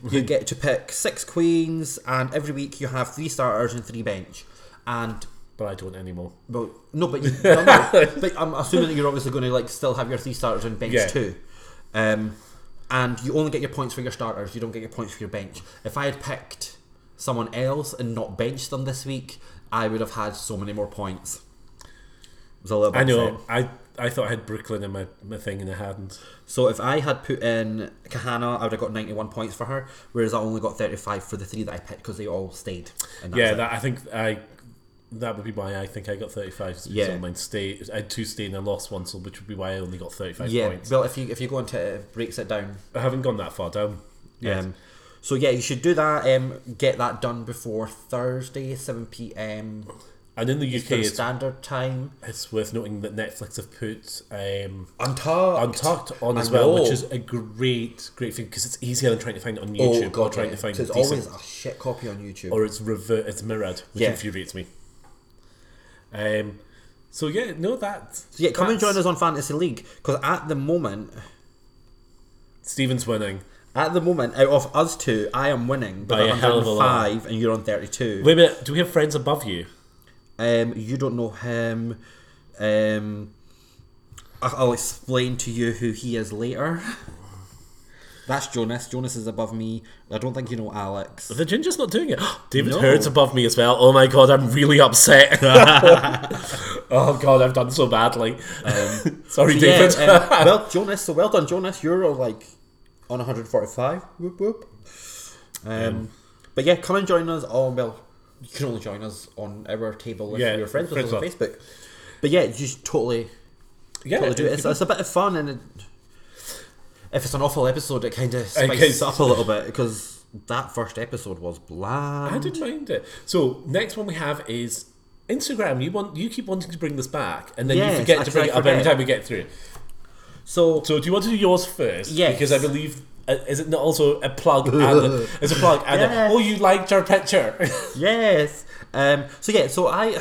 B: You get to pick six queens, and every week you have three starters and three bench. And
A: But I don't anymore.
B: well, no, but you, no, no, but I'm assuming that you're obviously going to like still have your three starters and bench
A: Yeah.
B: too. Um, and you only get your points for your starters. You don't get your points for your bench. If I had picked someone else and not benched them this week, I would have had so many more points. It was a little bit
A: I
B: upset.
A: know. I I thought I had Brooklyn in my, my thing and I hadn't.
B: So if I had put in Kahana, I would have got 91 points for her, whereas I only got 35 for the three that I picked because they all stayed. And that was
A: yeah,
B: it.
A: that I think I. That would be why I think I got 35 because
B: Yeah.
A: mine stay. I had two stay and I lost one, so which would be why I only got 35
B: yeah.
A: points.
B: Well, if you if you go into it, it breaks it down.
A: I haven't gone that far down. Yes.
B: Um, so yeah, you should do that. Um, get that done before Thursday, 7 p.m.
A: and in the UK,
B: Eastern
A: it's
B: Standard Time.
A: It's worth noting that Netflix have put um,
B: Untucked.
A: Untucked on
B: I
A: as well, which
B: know.
A: is a great, great thing because it's easier than trying to find it on
B: Oh
A: YouTube or
B: god,
A: trying
B: yeah.
A: to find
B: 'Cause
A: it
B: it's
A: decent,
B: always a shit copy on YouTube.
A: or it's rever- it's mirrored, which
B: Yeah.
A: infuriates me. Um, so yeah, no, that
B: so yeah, come and join us on Fantasy League because at the moment,
A: Steven's winning.
B: At the moment, out of us two, I am winning
A: By
B: by
A: a hell of a lot.
B: 105, and you're on 32.
A: Wait a minute, do we have friends above you?
B: Um, you don't know him. Um, I- I'll explain to you who he is later. That's Jonas. Jonas is above me. I don't think you know Alex.
A: The ginger's not doing it. David
B: No.
A: Hurd's above me as well. Oh my god, I'm really upset. oh god, I've done so badly. Sorry,
B: Yeah,
A: David.
B: um, well, Jonas. So well done, Jonas. You're uh, like on 145. Whoop whoop. Um, but yeah, come and join us on. Well, you can only join us on our table if
A: Yeah,
B: you're friends with us on
A: friends
B: Facebook. But yeah, you should totally,
A: yeah,
B: totally do it. It's,
A: you-
B: it's a bit of fun, and it, if it's an awful episode, it kind of spices
A: guess-
B: it up a little bit because that first episode was
A: I
B: bland.
A: didn't mind it. So next one we have is Instagram. You want you keep wanting to bring this back, and then you
B: Yes,
A: forget to
B: actually,
A: bring
B: I
A: it up every
B: forget.
A: time we get through.
B: So
A: So do you want to do yours first?
B: Yes.
A: Because I believe uh, is it not also a plug? and a, it's a plug. And a,
B: Yes.
A: oh, you liked our picture.
B: Yes. Um, so yeah, so I,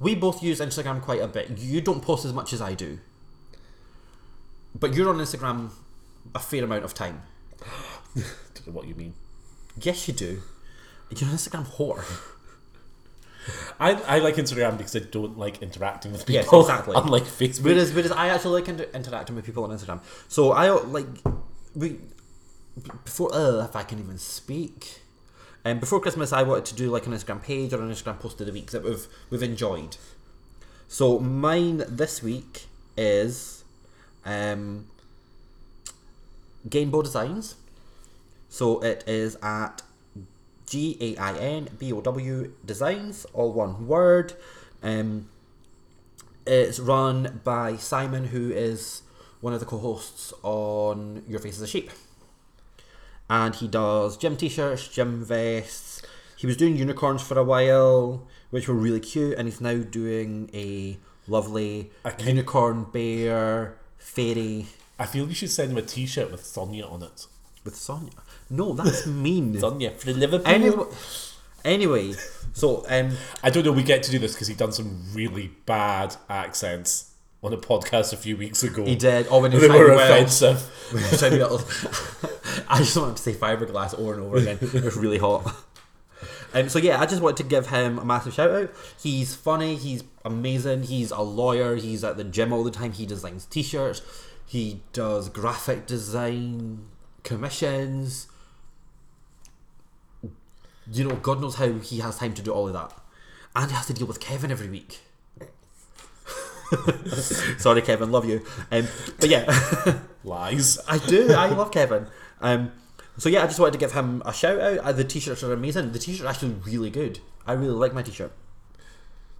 B: we both use Instagram quite a bit. You don't post as much as I do, but you're on Instagram a fair amount of time.
A: Don't know what you mean.
B: Yes, you do. You're an Instagram whore.
A: I, I like Instagram because I don't like interacting with people.
B: Yes, exactly.
A: Unlike Facebook.
B: Whereas, whereas I actually like inter- interacting with people on Instagram. So I uh, like we before uh, if I can even speak. And um, before Christmas, I wanted to do like an Instagram page or an Instagram post of the week that we've we've enjoyed. So mine this week is um, Gamebow Designs. So it is at G A I N B O W Designs, all one word. Um, it's run by Simon, who is one of the co-hosts on Your Face is a Sheep, and he does gym t-shirts, gym vests. He was doing unicorns for a while, which were really cute, and he's now doing a lovely
A: I can't-
B: unicorn, bear, fairy
A: I feel you should send him a T-shirt with Sonia on it.
B: with Sonia. No, that's mean.
A: Sonia for Liverpool.
B: anyway, anyway, so um,
A: I don't know. We get to do this because he done some really bad accents on a podcast a few weeks ago.
B: he did. Oh, when he
A: They
B: sang
A: were
B: Welsh.
A: offensive.
B: Shout out. I just want to say fiberglass over and over again. It's really hot. Um, so yeah, I just wanted to give him a massive shout out. He's funny. He's amazing. He's a lawyer. He's at the gym all the time. He designs t-shirts. He does graphic design commissions. You know, God knows how he has time to do all of that, and he has to deal with Kevin every week. Sorry, Kevin. Love you. Um, but yeah.
A: Lies.
B: I do. I love Kevin. Um, so yeah, I just wanted to give him a shout out. Uh, the t-shirts are amazing. The t-shirt are actually really good. I really like my t-shirt.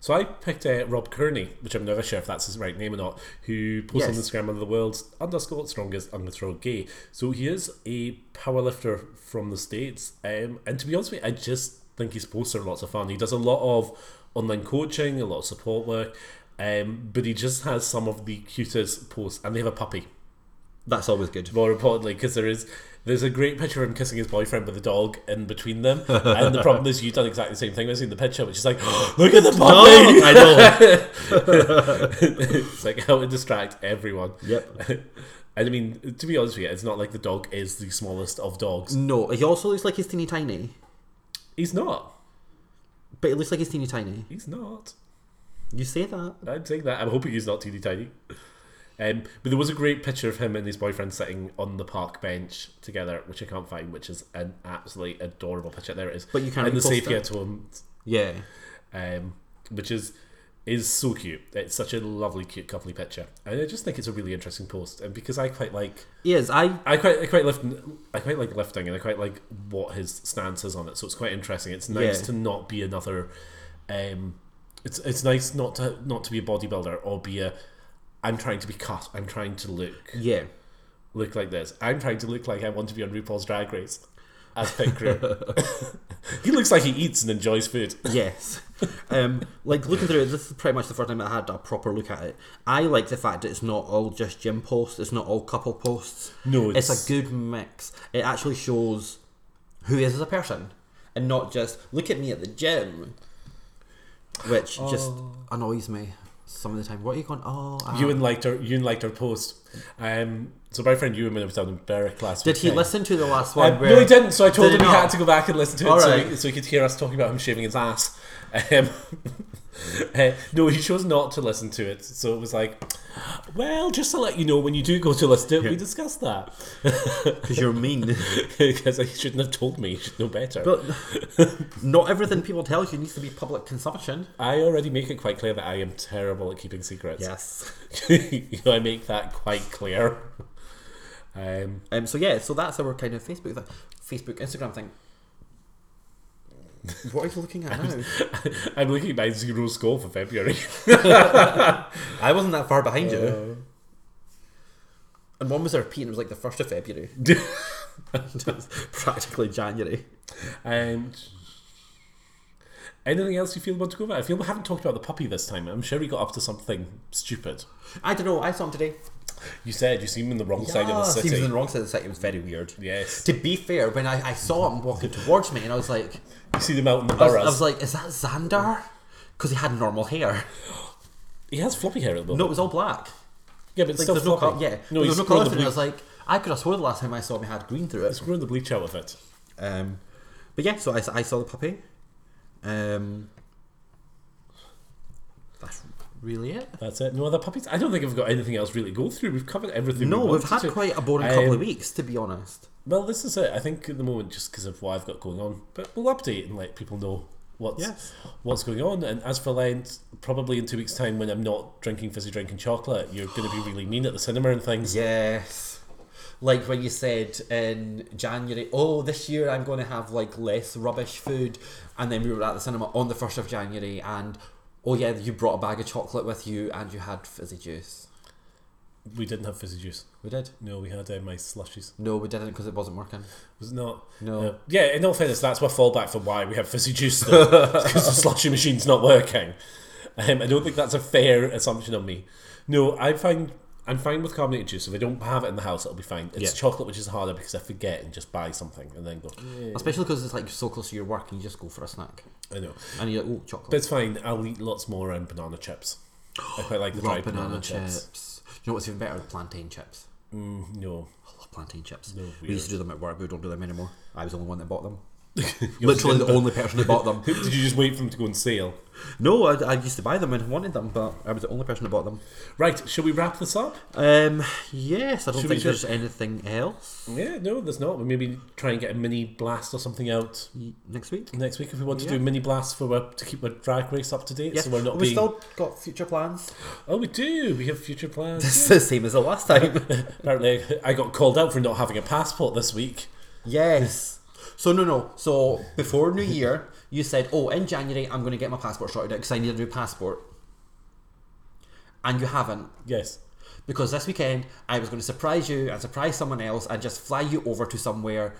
A: So I picked uh, Rob Kearney, which I'm never sure if that's his right name or not, who posts on
B: Yes.
A: Instagram under the world's underscore strongest underscore gay. So he is a powerlifter from the States. Um, and to be honest with you, I just think his posts are lots of fun. He does a lot of online coaching, a lot of support work, um, but he just has some of the cutest posts. And they have a puppy,
B: That's always good.
A: more importantly, because there is. There's a great picture of him kissing his boyfriend with a dog in between them, and the problem is you've done exactly the same thing. I've seen the picture, which is like, look at the puppy.
B: I know.
A: it's like how it distract everyone.
B: Yep.
A: and I mean, to be honest with you, it's not like the dog is the smallest of dogs.
B: No, he also looks like he's teeny tiny,
A: He's not.
B: but he looks like he's teeny tiny.
A: He's not.
B: You say that?
A: I'm saying that. I'm hoping he's not teeny tiny. Um, but there was a great picture of him and his boyfriend sitting on the park bench together, which I can't find, which is an absolutely adorable picture. There it is.
B: But you can't
A: in the
B: repost
A: safety
B: it.
A: at home,
B: Yeah.
A: um, which is is so cute. It's such a lovely, cute, coupley picture, and I just think it's a really interesting post. And because I quite like
B: He is. I
A: I quite, I quite lift, I quite like lifting, and I quite like what his stance is on it. So it's quite interesting. It's nice
B: Yeah.
A: to not be another. Um, it's it's nice not to not to be a bodybuilder or be a. I'm trying to be cut. I'm trying to look
B: yeah.
A: look like this. I'm trying to look like I want to be on RuPaul's Drag Race, as Pit Crew. he looks like he eats and enjoys food.
B: Yes. Um, like looking through it, this is pretty much the first time I had a proper look at it. I like the fact that it's not all just gym posts, it's not all couple posts.
A: No,
B: it's,
A: it's-
B: a good mix. It actually shows who he is as a person and not just look at me at the gym, which just
A: Oh.
B: annoys me some of the time. What are you going? Oh, ah."
A: Ewan liked her. Ewan liked her post. Um, so my friend Ewan, when I was down in Berwick last
B: did he
A: weekend-
B: listen to the last
A: Uh,
B: one?
A: no, he didn't. So I told
B: Did
A: him
B: he
A: he had
B: not?
A: to go back and listen to it
B: All
A: so, he,
B: right.
A: so he could hear us talking about him shaving his ass. Um, uh, no, he chose not to listen to it. So it was like, well, just to let you know, when you do go to listen to it, we discussed that
B: Because you're mean.
A: because he shouldn't have told me. He should know better.
B: but not everything people tell you needs to be public consumption.
A: I already make it quite clear that I am terrible at keeping secrets.
B: Yes.
A: you know, I make that quite clear. Um,
B: Um, so yeah, so that's our kind of Facebook thing, Facebook, Instagram thing. What are you looking at now?
A: I'm looking at my zero score for February.
B: I wasn't that far behind you. And one was our P, and it was like the first of February. It's practically January.
A: Um, anything else you feel want to go about? I feel we haven't talked about the puppy this time. I'm sure we got up to something stupid.
B: I don't know. I saw him today.
A: You said you see him in the wrong side of the
B: Yes,
A: city.
B: He was in the wrong side of the city. It was very weird.
A: Yes.
B: To be fair, when I, I saw him walking towards me, and I was like,
A: You see them out in the
B: I was,
A: boroughs.
B: I was like, is that Xander? Because he had normal hair.
A: he has floppy hair at the moment.
B: No, it was all black.
A: yeah, but it's
B: Like
A: still
B: there's no
A: floppy.
B: colour. Yeah,
A: no,
B: there's
A: he's
B: no
A: grown the,
B: colour through. it.
A: bleach,
B: I was like, I could have swore the last time I saw him, he had green through it.
A: he's grown the bleach out of it.
B: Um, but yeah, so I, I saw the puppy. Um, that's really it.
A: That's it. No other puppies. I don't think I've got anything else really to go through. We've covered everything.
B: No,
A: we
B: we've
A: wanted
B: had
A: to.
B: quite a boring couple
A: Um,
B: of weeks, to be honest.
A: Well, this is it. I think at the moment, just because of what I've got going on, but we'll update and let people know what's
B: Yes.
A: what's going on. And as for Lent, probably in two weeks' time, when I'm not drinking fizzy drink and chocolate, you're going to be really mean at the cinema and things.
B: Yes. Like when you said in January, oh, this year I'm going to have like less rubbish food, and then we were at the cinema on the first of January, and oh yeah, you brought a bag of chocolate with you, and you had fizzy juice.
A: We didn't have fizzy juice.
B: We did.
A: No, we had uh, my slushies.
B: No, we didn't because it wasn't working.
A: Was it not?
B: No.
A: Uh, yeah, in all fairness, that's my fallback for why we have fizzy juice. Because the slushy machine's not working. Um, I don't think that's a fair assumption on me. No, I find I'm fine with carbonated juice. If I don't have it in the house, it'll be fine. It's
B: Yeah.
A: chocolate, which is harder because I forget and just buy something and then go.
B: Especially because it's like so close to your work, and you just go for a snack,
A: I know,
B: and you're like, oh, chocolate,
A: but it's fine. I'll eat lots more um, banana chips. I quite like the
B: Raw
A: dried banana, chips.
B: Do you know what's even better? Plantain chips.
A: No,
B: I love plantain chips. we
A: weird.
B: used to do them at work, but we don't do them anymore. I was the only one that bought them.
A: You
B: Literally
A: did
B: the only person who bought them.
A: did you just wait for them to go on sale?
B: No, I, I used to buy them and wanted them, but I was the only person who bought them.
A: Right, shall we wrap this up?
B: Um, yes, I don't
A: Should we
B: think
A: just-
B: there's anything else
A: Yeah, no, there's not. We maybe try and get a mini blast or something out
B: next week.
A: next week if we want to
B: Yeah.
A: do mini blasts for uh, to keep our drag race up to date.
B: Yeah,
A: So we're not
B: we
A: being.
B: still got future plans.
A: Oh, we do. We have future plans.
B: It's the same as the last time.
A: Apparently, I got called out for not having a passport this week.
B: Yes. So no, no. So before New Year, you said, "Oh, in January, I'm going to get my passport sorted out because I need a new passport," and you haven't
A: Yes.
B: because this weekend I was going to surprise you and surprise someone else and just fly you over to somewhere,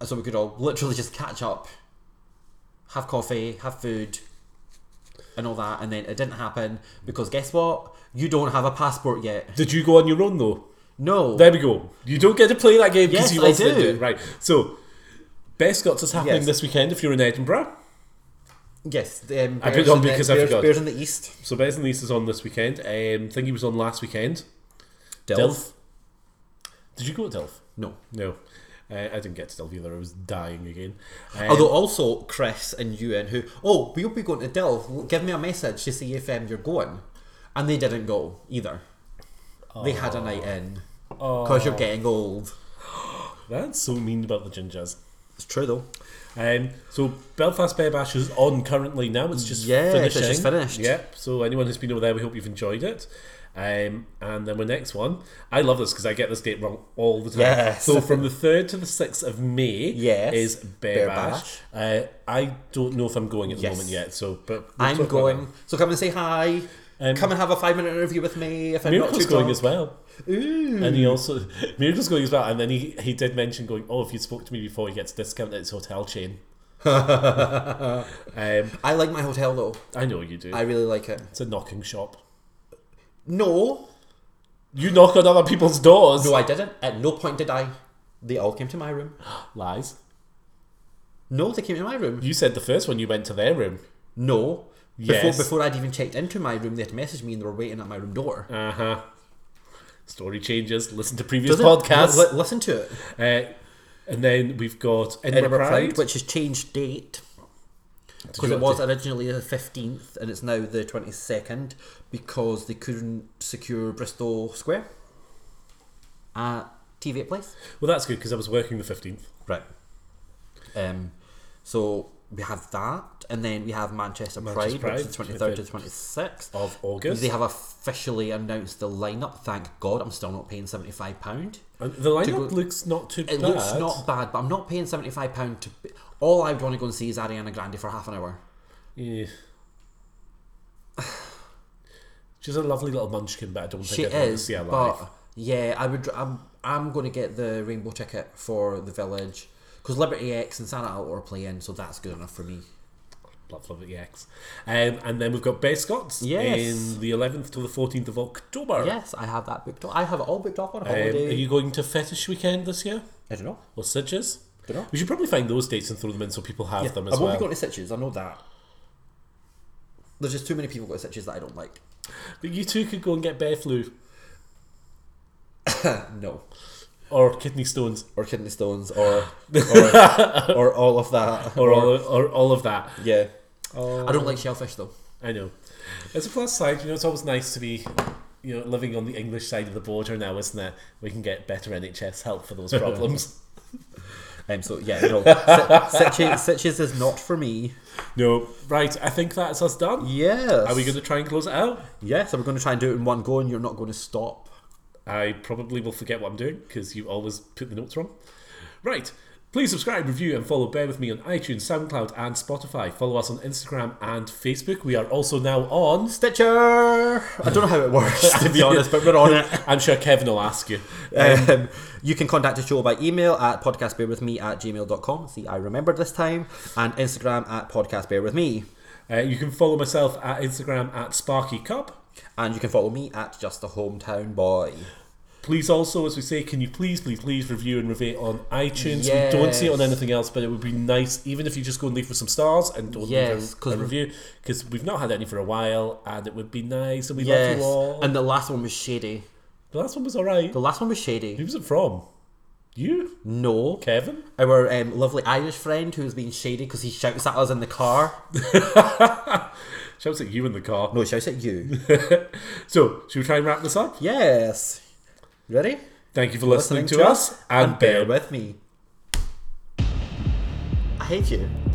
B: and so we could all literally just catch up, have coffee, have food, and all that. And then it didn't happen because guess what? You don't have a passport yet.
A: Did you go on your own though?
B: No.
A: There we go. You don't get to play that game because
B: Yes,
A: you
B: I
A: want to
B: do.
A: do it. Right. So, Best Scots is happening
B: Yes.
A: this weekend if you're in Edinburgh.
B: yes. Um,
A: I put
B: Bears
A: it on
B: in the-
A: because I
B: Bears-
A: forgot.
B: Bears in the East.
A: So, Bears and Lease is on this weekend. Um, thing he was on last weekend. Delph. Did you go to Delph?
B: No.
A: No. Uh, I didn't get to Delph either. I was dying again. Um,
B: Although also Chris and Ewan, who oh we'll be going to Delph. Give me a message to see if um, you're going, and they didn't go either. They had a night in
A: Oh.
B: because you're getting old.
A: that's so mean about the Gingers.
B: It's true though.
A: Um, so Belfast Bear Bash is on currently now. It's just
B: Yes, it's
A: finishing.
B: just finished.
A: Yep. So anyone who's been over there, we hope you've enjoyed it. Um, and then my next one, I love this because I get this date wrong all the time.
B: Yes.
A: So from the third to the sixth of May,
B: Yes.
A: is Bear,
B: Bear
A: Bash. Uh, I don't know if I'm going at the
B: Yes.
A: moment yet. So, but we'll
B: I'm
A: talk about
B: going, so come and say hi.
A: Um,
B: come and have a five minute interview with me if
A: that.
B: I'm not
A: Miracle's
B: too
A: going
B: drunk.
A: as well. Ooh. And he also Miracle's going as well. And then he he did mention going. Oh, if you spoke to me before, he gets a discount at his hotel chain. um,
B: I like my hotel though.
A: I know you do.
B: I really like it.
A: It's a knocking shop.
B: No,
A: You knock on other people's doors.
B: no, I didn't. At no point did I. They all came to my room.
A: Lies.
B: No, they came to my room.
A: You said the first one you went to their room.
B: No.
A: Yes.
B: Before, before I'd even checked into my room, they had messaged me and they were waiting at my room door.
A: Uh huh. Story changes. Listen to previous
B: Does it?
A: podcasts.
B: Li- li- listen to it.
A: Uh, and then we've got Edinburgh,
B: Edinburgh Pride,
A: Pride.
B: which has changed date
A: Did
B: because
A: you
B: it
A: want
B: was originally the 15th and it's now the 22nd because they couldn't secure Bristol Square at TV Place.
A: to- Well, that's good because I was working the fifteenth.
B: Right. Um, so we have that, and then we have Manchester,
A: Manchester
B: Pride, which is
A: Pride,
B: 23rd to 26th
A: of August.
B: They have officially announced the lineup. Thank God, I'm still not paying 75 pound.
A: And the lineup
B: go-
A: looks not too
B: It
A: bad.
B: Uh, looks not bad, but I'm not paying 75 pound to. b- All I would want to go and see is Ariana Grande for half an hour.
A: Yeah. She's a lovely little munchkin, but I don't
B: She
A: think I'd want to
B: is,
A: see her live.
B: but yeah, I would. I'm I'm going to get the rainbow ticket for the Village because Liberty X and Santa Out are playing, so that's good enough for me.
A: Love, love the X. Um, and then we've got Bear Scots
B: Yes.
A: in the 11th to the 14th of October.
B: Yes, I have that booked up. I have it all booked up on
A: Um, are
B: holiday.
A: you going to Fetish Weekend this year?
B: I don't know.
A: Or Sidges?
B: Dunno.
A: We should probably find those dates and throw them in so people have
B: I
A: them as
B: won't
A: well.
B: be going to Sitches. I know that. There's just too many people going to Sitches that I don't like.
A: But you two could go and get bear flu
B: No,
A: or kidney stones
B: or kidney stones, or or, or all of that,
A: or all, or all of that.
B: yeah. I don't like shellfish though.
A: I know. As a plus side, you know, it's always nice to be, you know, living on the English side of the border now, isn't it? We can get better NHS help for those problems.
B: Um, so yeah, no. Sitches, Sitches is not for me.
A: no, right. I think that's us done.
B: Yes.
A: Are we going to try and close it out?
B: Yes, I'm going to try and do it in one go, and you're not going to stop.
A: I probably will forget what I'm doing because you always put the notes wrong. Right. Please subscribe, review, and follow Bear With Me on iTunes, SoundCloud, and Spotify. Follow us on Instagram and Facebook. We are also now on.
B: Stitcher. I don't know how it works to be honest, but we're on it.
A: I'm sure Kevin will ask you.
B: Um, you can contact the show by email at podcastbearwithme at gmail.com. See, I remembered this time. And Instagram at podcastbearwithme.
A: Uh, you can follow myself at Instagram at Sparky Cup.
B: And you can follow me at just the hometown boy.
A: Please also, as we say, can you please, please, please review and rate on iTunes? We don't see it on
B: Yes.
A: anything else, but it would be nice, even if you just go and leave with some stars and don't
B: Yes,
A: leave a-
B: 'cause
A: a,
B: we-
A: review, because we've not had any for a while, and it would be nice, and we love
B: Yes.
A: you all.
B: And the last one was shady.
A: the last one was all right.
B: The last one was
A: Who
B: shady.
A: was it from? You,
B: No.
A: Kevin?
B: Our um, lovely Irish friend who's been shady because he shouts at us in the car.
A: Shouts at you in the car.
B: No, he shouts at you.
A: So, should we try and wrap this up?
B: yes. Ready?
A: Thank you for listening, to, us, and bear with.
B: me. I hate you.